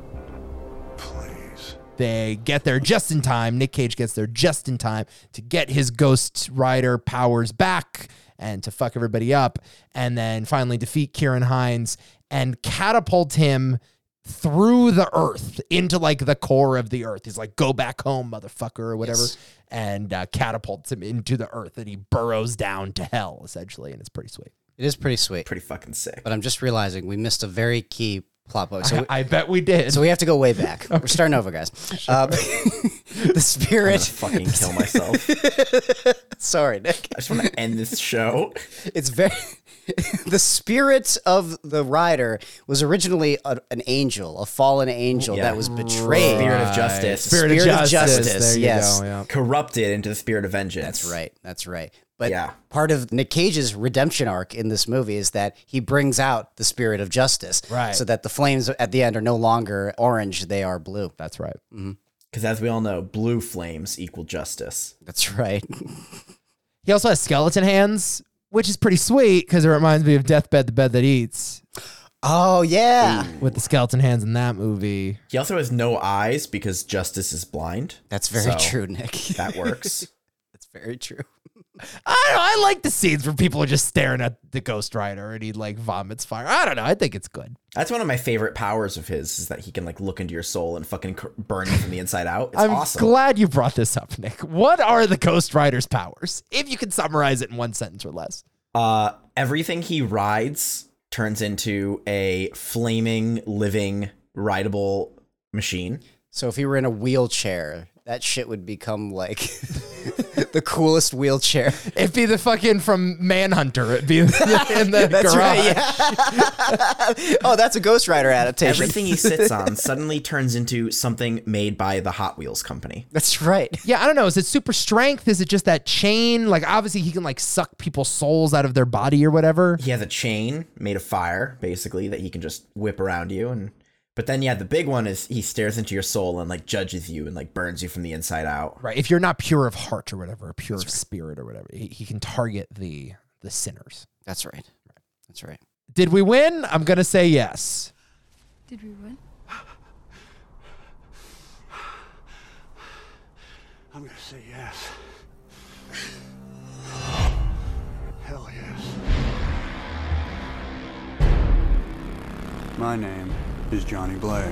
[SPEAKER 1] Please.
[SPEAKER 3] They get there just in time. Nick Cage gets there just in time to get his Ghost Rider powers back and to fuck everybody up. And then finally defeat Kieran Hines and catapult him through the earth into like the core of the earth. He's like, go back home, motherfucker, or whatever. And uh, catapults him into the earth and he burrows down to hell, essentially. And it's pretty sweet.
[SPEAKER 2] It is pretty sweet,
[SPEAKER 4] Pretty fucking sick.
[SPEAKER 2] but I'm just realizing we missed a very key plot point. So we,
[SPEAKER 3] I bet we did.
[SPEAKER 2] so we have to go way back. We're starting over, guys. Uh, the spirit.
[SPEAKER 4] Fucking kill myself. I
[SPEAKER 2] Sorry, Nick.
[SPEAKER 4] just want to end this show.
[SPEAKER 2] It's very. the spirit of the rider was originally a, an angel, a fallen angel
[SPEAKER 4] Yeah.
[SPEAKER 2] that was betrayed.
[SPEAKER 4] Spirit of justice.
[SPEAKER 3] Spirit,
[SPEAKER 2] Spirit
[SPEAKER 3] of
[SPEAKER 2] of
[SPEAKER 3] justice.
[SPEAKER 2] justice,
[SPEAKER 3] There you
[SPEAKER 2] yes.
[SPEAKER 3] go, yeah.
[SPEAKER 4] Corrupted into the spirit of vengeance.
[SPEAKER 2] That's right. That's right. But
[SPEAKER 4] Yeah.
[SPEAKER 2] part of Nick Cage's redemption arc in this movie is that he brings out the spirit of justice.
[SPEAKER 3] Right.
[SPEAKER 2] So that the flames at the end are no longer orange, they are blue.
[SPEAKER 3] That's right.
[SPEAKER 4] Because as we all know, blue flames equal justice.
[SPEAKER 2] That's right.
[SPEAKER 3] He also has skeleton hands, which is pretty sweet because it reminds me of Deathbed, the Bed That Eats,
[SPEAKER 2] Oh, yeah.
[SPEAKER 3] with the skeleton hands in that movie.
[SPEAKER 4] He also has no eyes because justice is blind.
[SPEAKER 2] That's very
[SPEAKER 4] So,
[SPEAKER 2] true, Nick.
[SPEAKER 4] That works.
[SPEAKER 2] That's very true.
[SPEAKER 3] I don't know. I like the scenes where people are just staring at the Ghost Rider and he like vomits fire. I don't know. I think it's good.
[SPEAKER 4] That's one of my favorite powers of his is that he can like look into your soul and fucking cur- burn you from the inside out. It's
[SPEAKER 3] I'm
[SPEAKER 4] awesome.
[SPEAKER 3] glad you brought this up, Nick. What are the Ghost Rider's powers? If you can summarize it in one sentence or less.
[SPEAKER 4] uh, everything he rides turns into a flaming, living, rideable machine.
[SPEAKER 2] So if he were in a wheelchair, that shit would become like the coolest wheelchair.
[SPEAKER 3] It'd be the fucking from Manhunter. It'd be in the, in the
[SPEAKER 2] That's
[SPEAKER 3] garage.
[SPEAKER 2] right. Yeah. oh, that's a Ghost Rider adaptation.
[SPEAKER 4] Everything he sits on suddenly turns into something made by the Hot Wheels company.
[SPEAKER 2] That's right.
[SPEAKER 3] Yeah, I don't know. Is it super strength? Is it just that chain? Like, obviously, he can like suck people's souls out of their body or whatever.
[SPEAKER 4] He has a chain made of fire, basically, that he can just whip around you and but then yeah, the big one is he stares into your soul and like judges you and like burns you from the inside out.
[SPEAKER 3] Right. If you're not pure of heart or whatever, or pure of spirit or whatever, he, he can target the the sinners.
[SPEAKER 2] That's right. That's right.
[SPEAKER 3] Did we win? I'm gonna say yes.
[SPEAKER 5] Did we win?
[SPEAKER 1] I'm gonna say yes. Hell yes. My name is Johnny Blaze.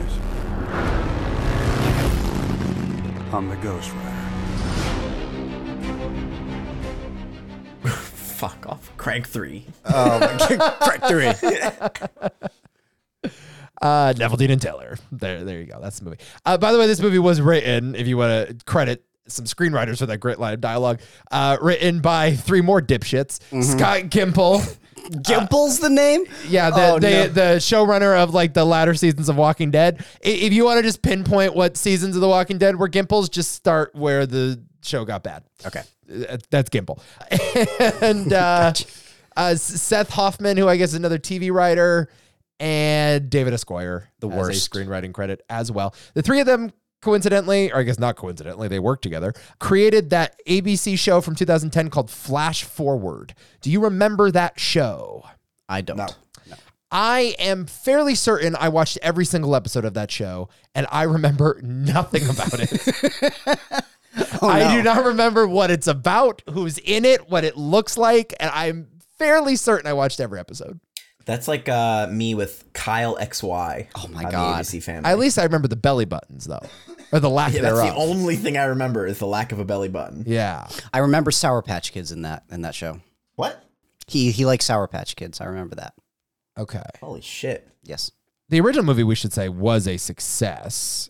[SPEAKER 1] I'm the Ghost Rider.
[SPEAKER 4] Fuck off. Crank three.
[SPEAKER 2] Three.
[SPEAKER 3] Uh, Neville Dean and Taylor. There, there you go. That's the movie. Uh, by the way, this movie was written, if you want to credit some screenwriters for that great line of dialogue, uh, written by three more dipshits: Scott Gimple.
[SPEAKER 2] Gimple's the name?
[SPEAKER 3] Yeah, the
[SPEAKER 2] Oh, no.
[SPEAKER 3] they, the showrunner of like the latter seasons of Walking Dead. I- If you want to just pinpoint what seasons of The Walking Dead were Gimples, just start where the show got bad. Okay, that's Gimple, and uh, uh, S- Seth Hoffman, who I guess is another TV writer, and David Esquire, the
[SPEAKER 2] worst.
[SPEAKER 3] screenwriting credit as well. The three of them. Coincidentally, or I guess not coincidentally, they worked together, created that ABC show from 2010 called Flash Forward. Do you remember that show?
[SPEAKER 2] I don't.
[SPEAKER 3] I am fairly certain I watched every single episode of that show and I remember nothing about it.
[SPEAKER 4] Oh,
[SPEAKER 3] I do not remember what it's about, who's in it, what it looks like, and I'm fairly certain I watched every episode.
[SPEAKER 4] That's like uh, me with Kyle XY.
[SPEAKER 2] Oh my
[SPEAKER 4] on
[SPEAKER 2] God.
[SPEAKER 4] The ABC family.
[SPEAKER 3] At least I remember the belly buttons though, or the lack
[SPEAKER 4] yeah, that's
[SPEAKER 3] thereof.
[SPEAKER 4] the only thing I remember is the lack of a belly button.
[SPEAKER 3] yeah.
[SPEAKER 2] I remember Sour Patch Kids in that in that show.
[SPEAKER 4] What?
[SPEAKER 2] He he likes Sour Patch Kids. I remember that.
[SPEAKER 3] Okay.
[SPEAKER 4] Holy shit.
[SPEAKER 2] Yes.
[SPEAKER 3] The original movie we should say was a success.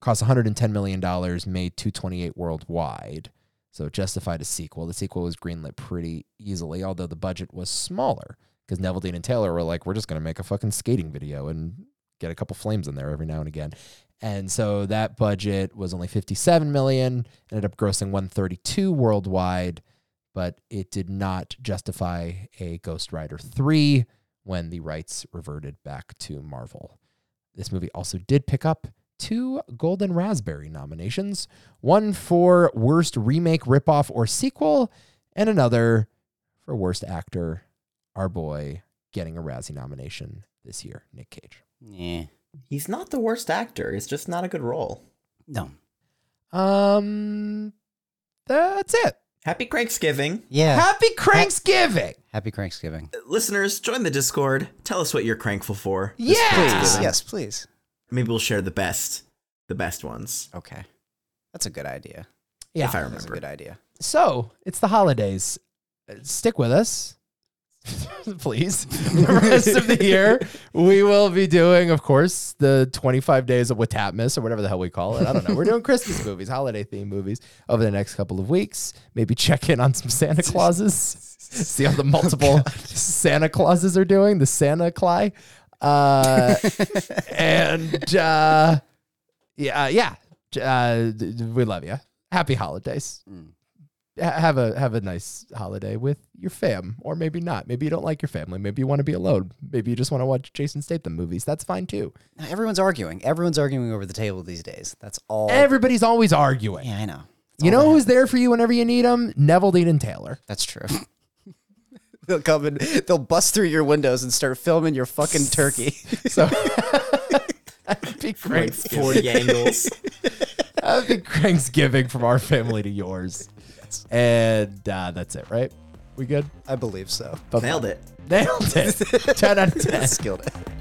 [SPEAKER 3] Cost 110 million dollars, made 228 worldwide. So it justified a sequel. The sequel was greenlit pretty easily, although the budget was smaller because Neville Dean and Taylor were like, we're just going to make a fucking skating video and get a couple flames in there every now and again. And so that budget was only 57 million, ended up grossing 132 worldwide, but it did not justify a Ghost Rider 3 when the rights reverted back to Marvel. This movie also did pick up two Golden Raspberry nominations one for Worst Remake, Ripoff, or Sequel, and another for Worst Actor, our boy getting a Razzie nomination this year, Nick Cage.
[SPEAKER 2] Yeah.
[SPEAKER 4] He's not the worst actor. It's just not a good role.
[SPEAKER 2] No.
[SPEAKER 3] Um, that's it.
[SPEAKER 4] Happy Cranksgiving.
[SPEAKER 2] Yeah.
[SPEAKER 3] Happy Cranksgiving.
[SPEAKER 2] Happy Thanksgiving.
[SPEAKER 4] Listeners, join the Discord. Tell us what you're crankful for.
[SPEAKER 3] Yeah.
[SPEAKER 2] Please. Yes, please.
[SPEAKER 4] Maybe we'll share the best, the best ones.
[SPEAKER 2] Okay. That's a good idea.
[SPEAKER 3] Yeah.
[SPEAKER 4] If I
[SPEAKER 2] That's a
[SPEAKER 4] remember.
[SPEAKER 2] good idea.
[SPEAKER 3] So it's the holidays. Uh, Stick with us. please. the rest of the year, we will be doing, of course, the 25 days of Watapmas or whatever the hell we call it. I don't know. We're doing Christmas movies, holiday themed movies over the next couple of weeks. Maybe check in on some Santa Clauses, see how the multiple Santa Clauses are doing, the Santa Cly. Uh, and uh, yeah, uh, yeah. Uh, d- d- we love you. Happy holidays ha- have a have a nice holiday with your fam, or maybe not. Maybe you don't like your family. Maybe you want to be alone. Maybe you just want to watch Jason Statham movies. That's fine too.
[SPEAKER 2] Now, Everyone's arguing. Everyone's arguing over the table these days. That's all.
[SPEAKER 3] Everybody's always arguing.
[SPEAKER 2] yeah, I know.
[SPEAKER 3] you know who's there for you whenever you need them? Neville Dean and Taylor.
[SPEAKER 2] That's true. they'll come and they'll bust through your windows and start filming your fucking turkey.
[SPEAKER 3] So that'd be
[SPEAKER 4] Like
[SPEAKER 3] great.
[SPEAKER 4] 40 angles.
[SPEAKER 3] That'd be Thanksgiving from our family to yours. And uh, that's it, right? We good?
[SPEAKER 2] I believe so.
[SPEAKER 4] Nailed it.
[SPEAKER 3] Nailed it. 10 out of 10.
[SPEAKER 2] Skilled.